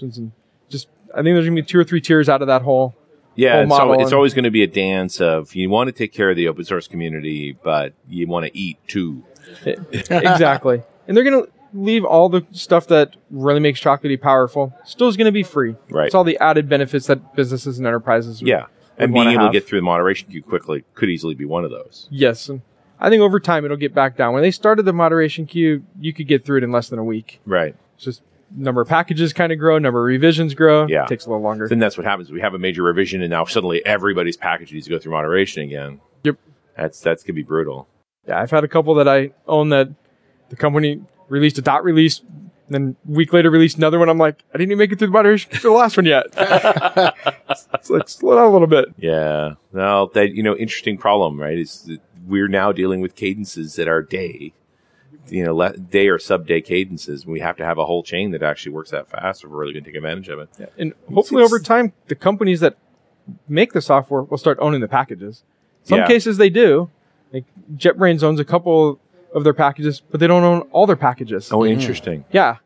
D: And Just, I think there's going to be two or three tiers out of that whole.
C: Yeah,
D: whole
C: it's, al-
D: model
C: it's
D: and-
C: always going to be a dance of you want to take care of the open source community, but you want to eat too.
D: exactly. And they're going to leave all the stuff that really makes chocolatey powerful still is going to be free.
C: Right.
D: It's all the added benefits that businesses and enterprises. would-
C: yeah, and being
D: wanna
C: able
D: have.
C: to get through the moderation queue quickly could easily be one of those.
D: Yes. And I think over time it'll get back down. When they started the moderation queue, you could get through it in less than a week.
C: Right.
D: It's just number of packages kind of grow, number of revisions grow.
C: Yeah.
D: It takes a little longer.
C: Then that's what happens. We have a major revision, and now suddenly everybody's package needs to go through moderation again.
D: Yep.
C: That's that's gonna be brutal.
D: yeah, I've had a couple that I own that the company released a dot release. and Then a week later, released another one. I'm like, I didn't even make it through the moderation for the last one yet. it's like slow down a little bit.
C: Yeah. Well, that you know, interesting problem, right? Is that we're now dealing with cadences that are day, you know, le- day or sub day cadences. We have to have a whole chain that actually works that fast if we're really gonna take advantage of it.
D: And hopefully, over time, the companies that make the software will start owning the packages. Some
C: Yeah.
D: cases they do. Like JetBrains owns a couple of their packages, but they don't own all their packages.
C: Oh, interesting.
D: Yeah.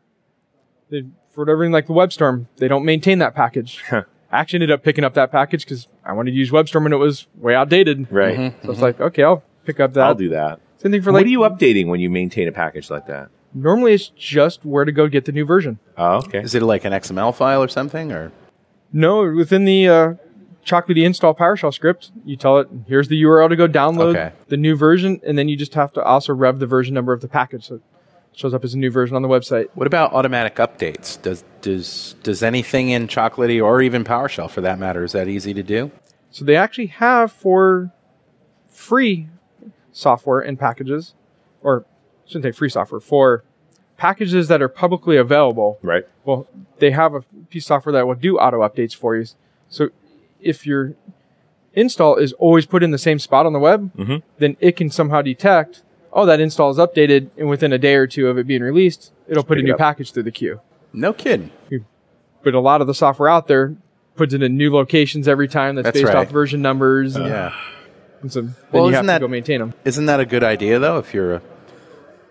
D: They, for whatever, reason, like the WebStorm, they don't maintain that package. I actually ended up picking up that package because I wanted to use WebStorm and it was way outdated.
C: Right.
D: So it's like, okay, I'll pick up that.
C: I'll do that.
D: Same thing for
C: what
D: like,
C: are you updating when you maintain a package like that?
D: normally it's just where to go get the new version.
C: Oh, okay.
A: Is it like an XML file or something? Or
D: No, within the uh, Chocolatey install PowerShell script, you tell it, here's the URL to go download
A: Okay.
D: the new version, and then you just have to also rev the version number of the package. So it shows up as a new version on the website.
A: what about automatic updates? Does does does anything in Chocolatey or even PowerShell for that matter is that easy to do?
D: So they actually have for free software and packages, or I shouldn't say free software, for packages that are publicly available.
C: Right.
D: Well, they have a piece of software that will do auto updates for you. So if your install is always put in the same spot on the web,
C: Mhm.
D: then it can somehow detect, oh, that install is updated, and within a day or two of it being released, it'll put
C: pick
D: a
C: it
D: new
C: up.
D: package through the queue.
A: No kidding.
D: But a lot of the software out there puts it in new locations every time. That's,
A: That's
D: based
A: right.
D: off version numbers. and-
A: yeah.
D: and so then
A: Well,
D: you
A: isn't
D: have
A: that-
D: to go maintain them.
A: Isn't that a good idea though? If you're uh,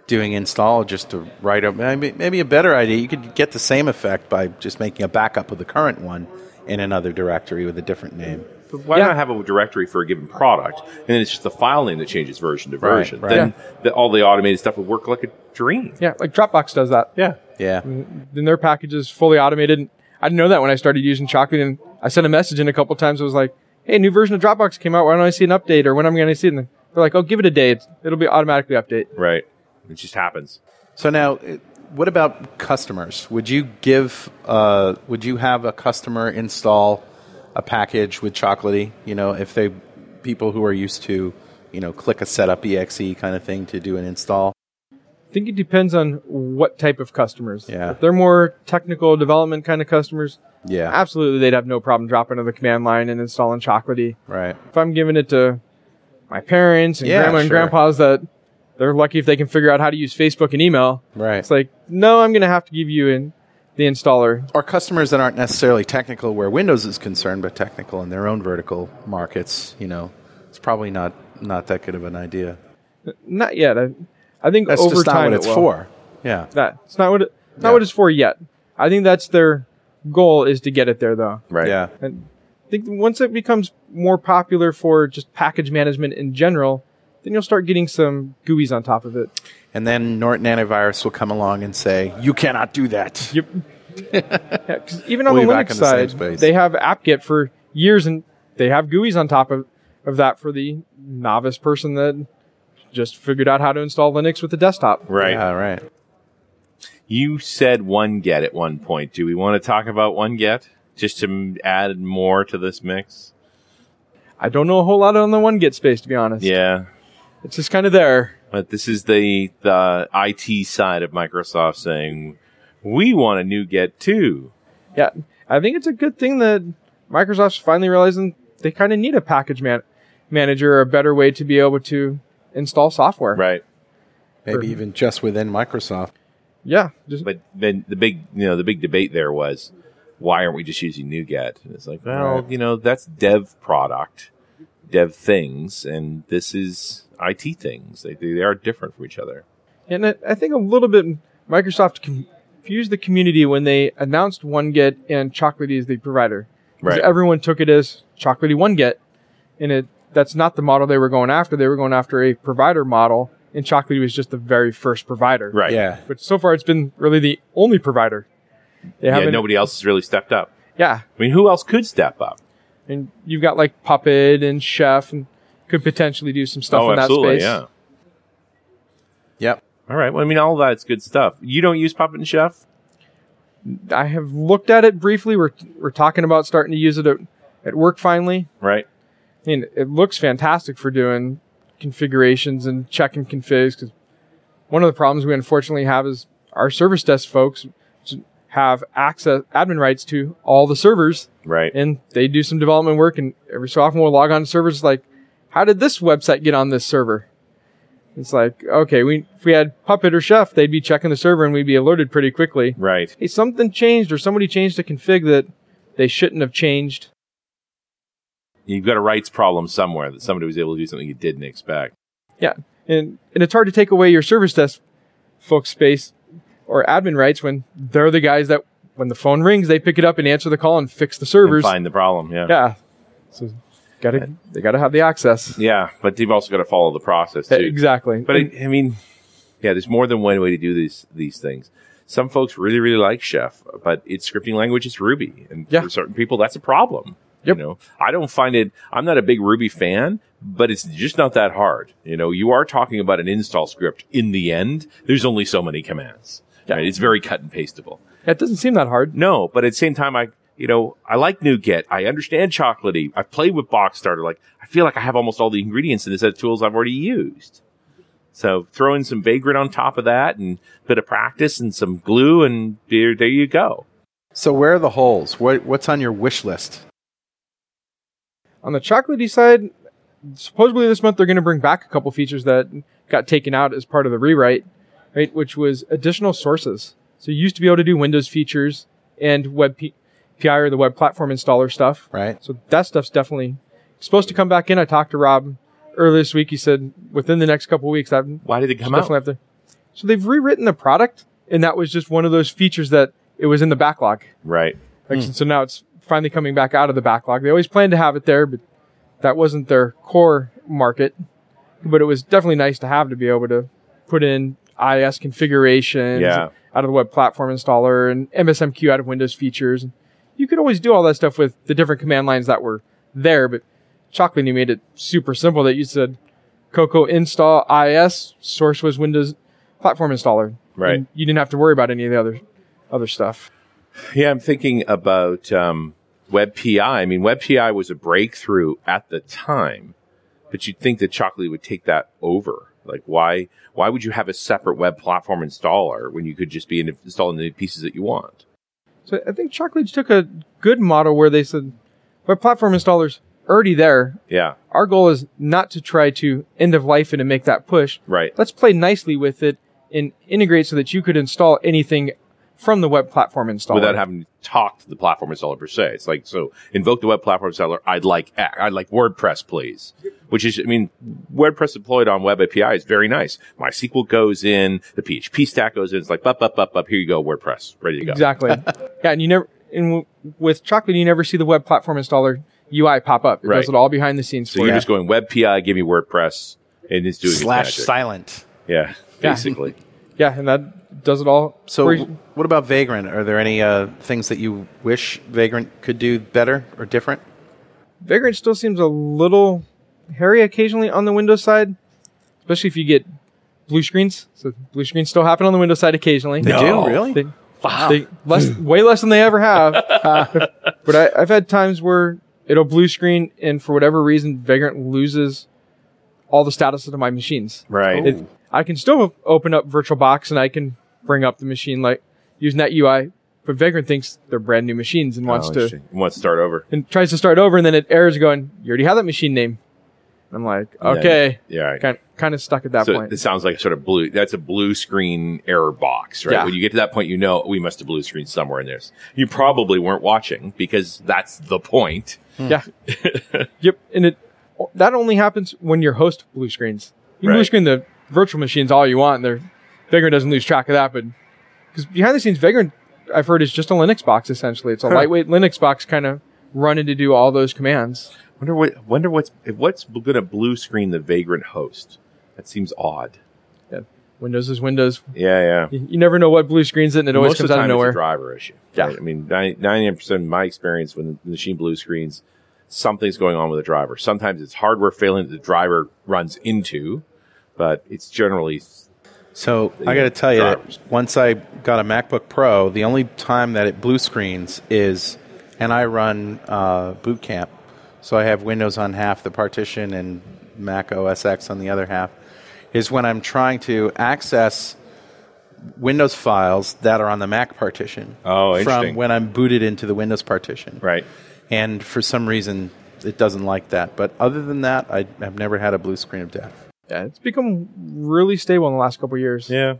A: doing install, just to write up maybe, maybe a better idea. You could get the same effect by just making a backup of the current one in another directory with a different name.
C: But why
D: Yeah.
C: not have a directory for a given product, and then it's just the file name that changes version to
A: Right,
C: version?
A: right.
C: Then the, all the automated stuff would work like a dream.
D: Yeah, like Dropbox does that.
C: Yeah.
A: Yeah.
D: Then their package is fully automated. I didn't know that when I started using Chocolate, and I sent a message in a couple times. It was like, "Hey, new version of Dropbox came out. Why don't I see an update? Or when am I going to see it?" And they're like, "Oh, give it a day. It's, it'll be automatically update."
C: Right. It just happens.
A: So now, it- what about customers? Would you give? Uh, would you have a customer install a package with Chocolaty? You know, if they people who are used to, you know, click a setup exe kind of thing to do an install.
D: I think it depends on what type of customers.
A: Yeah.
D: If they're more technical development kind of customers,
A: Yeah,
D: absolutely they'd have no problem dropping to the command line and installing Chocolatey.
A: right.
D: If I'm giving it to my parents and
A: Yeah,
D: grandma and
A: sure.
D: grandpas that they're lucky if they can figure out how to use Facebook and email,
A: Right.
D: it's like, no, I'm going to have to give you in the installer.
A: or customers that aren't necessarily technical where Windows is concerned, but technical in their own vertical markets, you know, it's probably not not that good of an idea.
D: Not yet. I, I think
A: That's
D: over
A: just not
D: time
A: what
D: it
A: it's
D: will.
A: for. Yeah.
D: That it's not what it, not
A: Yeah.
D: what it's for yet. I think that's their goal is to get it there though.
C: Right.
A: Yeah.
D: And I think once it becomes more popular for just package management in general, then you'll start getting some GUIs on top of it.
A: And then Norton antivirus will come along and say, "You cannot do that."
D: Yep. Yeah, 'cause even on
A: We'll
D: the
A: be back
D: Linux
A: in the same
D: side,
A: space.
D: they have AppGit for years, and they have GUIs on top of, of that for the novice person that just figured out how to install Linux with the desktop.
C: Right.
A: Yeah, right.
C: You said one get at one point. Do we want to talk about one get just to m- add more to this mix?
D: I don't know a whole lot on the one Git space, to be honest.
C: Yeah.
D: It's just kind of there.
C: But this is the the IT side of Microsoft saying we want a new get too.
D: Yeah. I think it's a good thing that Microsoft's finally realizing they kind of need a package man- manager or a better way to be able to install software.
C: Right.
A: Maybe even just within Microsoft.
D: Yeah. Just,
C: But then the big you know the big debate there was why aren't we just using NuGet? And it's like, well,
A: Right.
C: you know, that's dev product, dev things, and this is IT things. They they are different from each other.
D: And I, I think a little bit Microsoft confused the community when they announced OneGet and Chocolatey as the provider. 'Cause
C: Right.
D: Everyone took it as Chocolatey OneGet, and it that's not the model they were going after. They were going after a provider model, and Chocolatey was just the very first provider.
C: Right.
A: Yeah.
D: But so far, it's been really the only provider. They
C: Yeah,
D: haven't-
C: nobody else has really stepped up.
D: Yeah,
C: I mean, who else could step up?
D: and you've got like Puppet and Chef, and could potentially do some stuff
C: oh,
D: in that
C: absolutely,
D: space.
C: yeah.
A: Yep.
C: All right. Well, I mean, all that's good stuff. You don't use Puppet and Chef?
D: I have looked at it briefly. We're we're talking about starting to use it at, at work finally.
C: Right.
D: I mean, it looks fantastic for doing configurations and checking configs because one of the problems we unfortunately have is our service desk folks have access admin rights to all the servers
C: Right.
D: and they do some development work and every so often we'll log on to servers like how did this website get on this server it's like okay we if we had puppet or chef they'd be checking the server and we'd be alerted pretty quickly
C: Right.
D: hey something changed or somebody changed a config that they shouldn't have changed
C: You've got a rights problem somewhere that somebody was able to do something you didn't expect.
D: Yeah, and and it's hard to take away your service desk folks space or admin rights when they're the guys that when the phone rings they pick it up and answer the call and fix the
C: And
D: servers.
C: find the problem. Yeah.
D: Yeah, so gotta they gotta have the access.
C: Yeah, But you've also got to follow the process too.
D: Exactly.
C: But I, I mean, yeah, there's more than one way to do these these things. Some folks really really like Chef, but its scripting language is Ruby, and
D: Yeah.
C: for certain people that's a problem.
D: Yep.
C: You know, I don't find it. I'm not a big Ruby fan, but it's just not that hard. You know, you are talking about an install script. In the end, there's only so many commands.
D: Yeah.
C: Right? It's very cut and pastable.
D: it doesn't seem that hard.
C: No, but at the same time, I you know I like NuGet. I understand Chocolatey. I've played with Boxstarter. Like I feel like I have almost all the ingredients in the set of tools I've already used. So throw in some Vagrant on top of that, and a bit of practice, and some glue, and there, there you go.
A: So where are the holes? What what's on your wish list?
D: On the chocolatey side, supposedly this month they're going to bring back a couple features that got taken out as part of the rewrite, right? Which was additional sources. So you used to be able to do Windows features and web P- PI or the web platform installer stuff.
A: Right.
D: So that stuff's definitely supposed to come back in. I talked to Rob earlier this week. He said within the next couple weeks that
C: Why did it come
D: definitely
C: out?
D: have to. So they've rewritten the product, and that was just one of those features that it was in the backlog.
C: Right.
D: Like, So now it's finally coming back out of the backlog. They always planned to have it there, but that wasn't their core market. But it was definitely nice to have to be able to put in IS configurations
C: Yeah.
D: out of the web platform installer and MSMQ out of Windows features. You could always do all that stuff with the different command lines that were there, but Chocolatey made it super simple that you said Coco install IS, source was Windows platform installer.
C: Right.
D: And you didn't have to worry about any of the other other stuff.
C: Yeah, I'm thinking about um, WebPI. I mean, WebPI was a breakthrough at the time, but you'd think that Chocolatey would take that over. Like, why? Why would you have a separate web platform installer when you could just be in- installing the pieces that you want?
D: So I think Chocolate took a good model where they said, "Web platform installers already there.
C: Yeah,
D: Our goal is not to try to end of life it and make that push.
C: right.
D: Let's play nicely with it and integrate so that you could install anything from the web platform installer
C: Without having to talk to the platform installer per se. It's like, so invoke the web platform installer. I'd like, X- I'd like WordPress, please. Which is, I mean, WordPress deployed on Web API is very nice. MySQL goes in, the PHP stack goes in. It's like, up, up, up, up. Here you go, WordPress, ready to go.
D: Exactly. yeah, and you never and w- with Chocolate you never see the web platform installer UI pop up. It
C: Right.
D: does it all behind the scenes
C: So
D: for
C: you're
D: you.
C: just going WebPI, give me WordPress, and it's doing its
E: slash
C: magic.
E: silent.
C: Yeah,
D: Yeah.
C: basically.
D: Yeah, and that does it all.
E: So,
D: for
E: w-
D: you.
E: what about Vagrant? Are there any uh, things that you wish Vagrant could do better or different?
D: Vagrant still seems a little hairy occasionally on the Windows side, especially if you get blue screens. So blue screens still happen on the Windows side occasionally.
E: They
C: No.
E: do really.
D: They, they- less, way less than they ever have. Uh, but I, I've had times where it'll blue screen, and for whatever reason, Vagrant loses all the statuses to my machines.
C: Right.
D: It- I can still open up VirtualBox and I can bring up the machine like using that UI. But Vagrant thinks they're brand new machines and
E: Oh,
D: wants to
C: Oh, wants to start over.
D: and tries to start over, and then it errors going, "You already have that machine name." I'm like,
C: And then-
D: okay,
C: Yeah. right.
D: kind kind of stuck at that
C: so
D: point.
C: it sounds like sort of blue. That's a blue screen error box, right?
D: Yeah.
C: When you get to that point, you know "Oh, we must have blue screen somewhere in this. You probably weren't watching because that's the point.
D: Yeah. yep. And it that only happens when your host blue screens. You can blue
C: Right.
D: screen the virtual machines all you want, and they're Vagrant doesn't lose track of that. But because behind the scenes, Vagrant I've heard is just a Linux box essentially. It's a lightweight Linux box kind of running to do all those commands.
C: Wonder what? Wonder what's what's going to blue screen the vagrant host? That seems odd.
D: Windows is Windows.
C: Yeah, yeah.
D: You, you never know what blue screens it, and it always
C: Most
D: comes
C: the
D: out of
C: time It's
D: nowhere.
C: a driver issue.
D: Yeah.
C: I mean, ninety-nine percent of my experience when the machine blue screens, something's going on with the driver. Sometimes it's hardware failing that the driver runs into, but it's generally
E: So
C: They
E: I got to
C: got
E: tell you,
C: drivers.
E: that once I got a MacBook Pro, the only time that it blue screens is, and I run uh, Boot Camp, so I have Windows on half the partition and Mac OS X on the other half, is when I'm trying to access Windows files that are on the Mac partition.
C: Oh, interesting.
E: From when I'm booted into the Windows partition.
C: right.
E: And for some reason, it doesn't like that. But other than that, I have never had a blue screen of death.
D: Yeah, it's become really stable in the last couple of years.
C: Yeah.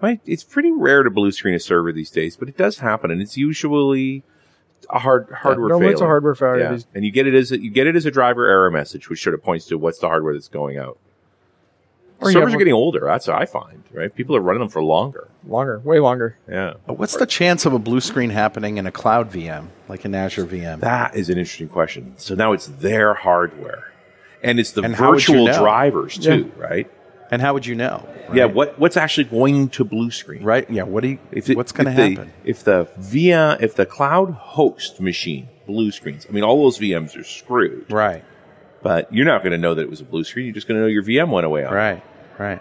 C: My, it's pretty rare to blue screen a server these days, but it does happen, and it's usually a hard hardware
D: normally
C: failure.
D: it's a hardware failure
C: Yeah.
D: these-
C: And you get it as a, you get it as a driver error message, which sort of points to what's the hardware that's going out.
D: Or you
C: Servers
D: have
C: are getting older. That's what I find. Right, people are running them for longer.
D: longer, way longer.
C: Yeah.
E: What's the chance of a blue screen happening in a cloud VM, like an Azure VM?
C: That is an interesting question. So now it's their hardware, and it's the
E: And how would you
C: virtual
E: know?
C: drivers too, right?
E: and how would you know? right?
C: Yeah. What what's actually going to blue screen?
E: right. Yeah. What do you?
C: If it-
E: what's going to
C: if the-
E: happen?
C: if the VM, if the cloud host machine blue screens? I mean, all those VMs are screwed.
E: right.
C: But you're not going to know that it was a blue screen. You're just going to know your VM went away. On. it.
E: Right. Right.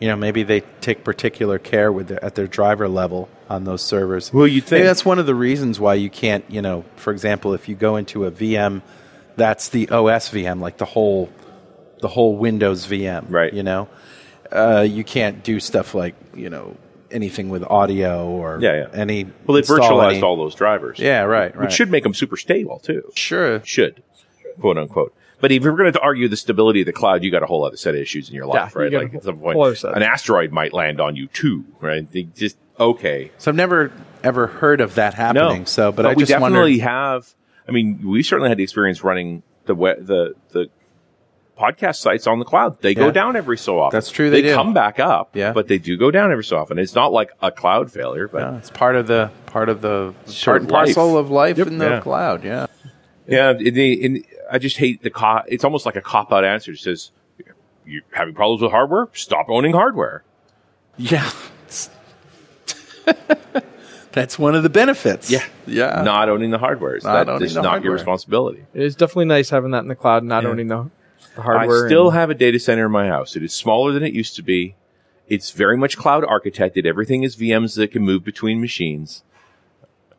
E: You know, maybe they take particular care with their, at their driver level on those servers.
C: Well, you'd
E: Maybe
C: think.
E: that's one of the reasons why you can't. You know, for example, if you go into a VM, that's the OS VM, like the whole the whole Windows VM.
C: Right.
E: You know, uh, you can't do stuff like you know anything with audio or
C: Yeah, yeah.
E: any.
C: Well, they
E: install
C: virtualized
E: any-
C: all those drivers.
E: Yeah, right, right.
C: Which should make them super stable too.
E: sure.
C: should, quote unquote. But if you're going to argue the stability of the cloud, you got a whole other set of issues in your life,
D: you
C: right?
D: got
C: Like
D: a
C: at some
D: whole other
C: point,
D: set.
C: an asteroid might land on you too, right? They just okay.
E: So I've never ever heard of that happening.
C: No,
E: So, but, I
C: we
E: just
C: definitely
E: wondered.
C: have. I mean, we certainly had the experience running the we- the the podcast sites on the cloud. They
E: Yeah.
C: go down every so often.
E: That's true, they do.
C: come back up,
E: Yeah.
C: but they do go down every so often. It's not like a cloud failure, but
E: Yeah, it's part of the part of the part and
C: of life.
E: parcel of life in the
C: Yeah.
E: cloud. Yeah.
C: Yeah, in the, in, I just hate the cop. It's almost like a cop out answer. It says, "You're having problems with hardware? Stop owning hardware."
E: Yeah. That's one of the benefits. Yeah. Yeah.
C: Not owning the hardware. It's
E: Uh, Not
C: not,
E: owning
C: it's
E: the
C: not
E: hardware.
C: your responsibility.
D: It is definitely nice having that in the cloud, and not owning the, the hardware.
C: I still
D: and-
C: have a data center in my house. It is smaller than it used to be. It's very much cloud architected. Everything is VMs that can move between machines.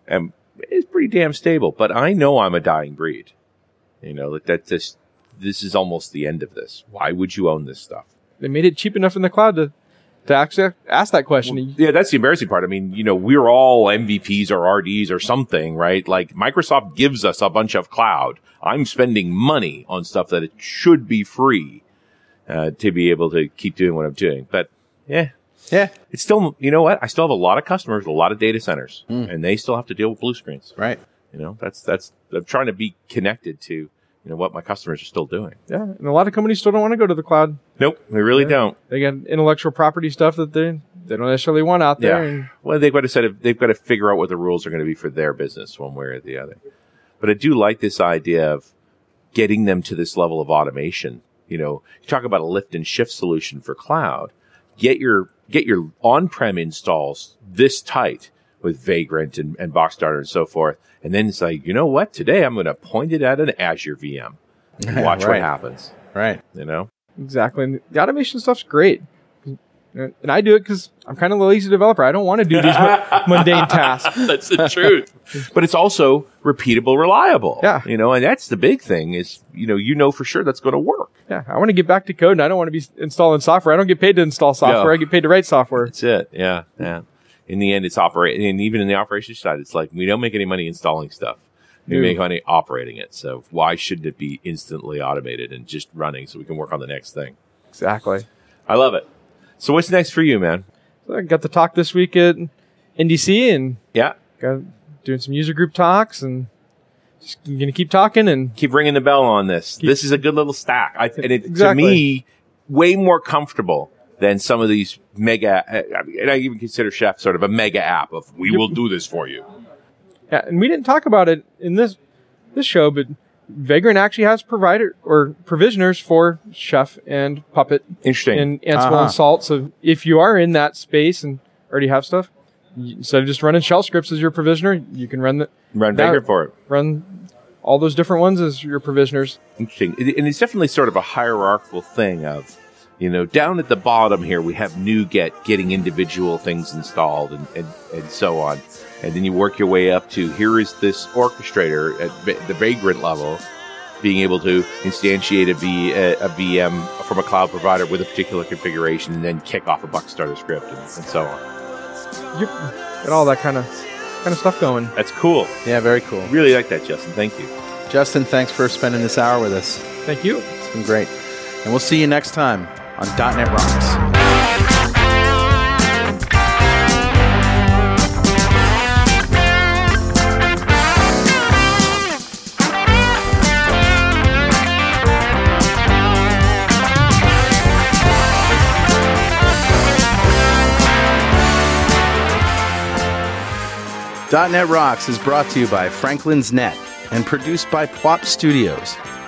C: And it's pretty damn stable, but I know I'm a dying breed. You know, that that's just, this is almost the end of this. Why would you own this stuff?
D: They made it cheap enough in the cloud to to access, ask that question. You-
C: Yeah, that's the embarrassing part. I mean, you know, we're all MVPs or RDs or something, right? Like Microsoft gives us a bunch of cloud. I'm spending money on stuff that it should be free uh, to be able to keep doing what I'm doing. But yeah,
A: Yeah.
C: it's still, you know what? I still have a lot of customers, a lot of data centers, and they still have to deal with blue screens.
A: Hmm. Right.
C: You know, that's that's I'm trying to be connected to you know what my customers are still doing.
D: yeah, and a lot of companies still don't want to go to the cloud.
C: Nope, they really
D: Yeah.
C: don't.
D: They got intellectual property stuff that they they don't necessarily want out there.
C: Yeah.
D: And
C: Well, they've got to set. A, they've got to figure out what the rules are going to be for their business, one way or the other. But I do like this idea of getting them to this level of automation. You know, you talk about a lift and shift solution for cloud. Get your get your on prem installs this tight with Vagrant and, and Box Starter and so forth, and then it's like, you know what? Today I'm going to point it at an Azure VM. And watch what
A: Right.
C: happens.
A: Right.
C: You know.
D: exactly, and the automation stuff's great. And and I do it because I'm kind of a lazy developer. I don't want to do these mu- mundane tasks.
C: that's the truth. But it's also repeatable, reliable.
D: Yeah.
C: You know, and that's the big thing is, you know, you know for sure that's going to work.
D: Yeah, I want to get back to code, and I don't want to be s- installing software. I don't get paid to install software.
C: No.
D: I get paid to write software.
C: That's it. Yeah. Yeah. In the end, it's operating. And even in the operations side, it's like we don't make any money installing stuff. We
D: No.
C: make money operating it. So why shouldn't it be instantly automated and just running so we can work on the next thing?
D: Exactly.
C: I love it. So what's next for you, man?
D: So I got to talk this week at NDC and
C: Yeah.
D: got doing some user group talks and just gonna keep talking and
C: keep ringing the bell on this. This is a good little stack. I, and it,
D: Exactly.
C: to me, way more comfortable than some of these mega, uh, I- I mean, and I even consider Chef sort of a mega app of we will do this for you.
D: Yeah, and we didn't talk about it in this this show, but Vagrant actually has provider or provisioners for Chef and Puppet
C: Interesting.
D: and Ansible
A: Uh-huh.
D: and Salt. So if you are in that space and already have stuff, you, instead of just running shell scripts as your provisioner, you can run the
C: Run
D: that-
C: bigger for it.
D: run all those different ones as your provisioners.
C: Interesting. It- and it's definitely sort of a hierarchical thing of, you know, down at the bottom here, we have NuGet getting individual things installed and, and, and so on. And then you work your way up to here is this orchestrator at va- the vagrant level being able to instantiate a, v, a, a VM from a cloud provider with a particular configuration and then kick off a buck starter script and, and so on.
D: You get all that kind of kind of stuff going.
C: That's cool.
A: Yeah, very cool.
C: Really like that, Justin. Thank you.
A: Justin, thanks for spending this hour with us.
D: Thank you.
A: It's been great. And we'll see you next time on .NET Rocks. .NET Rocks is brought to you by Franklin's Net and produced by Plop Studios,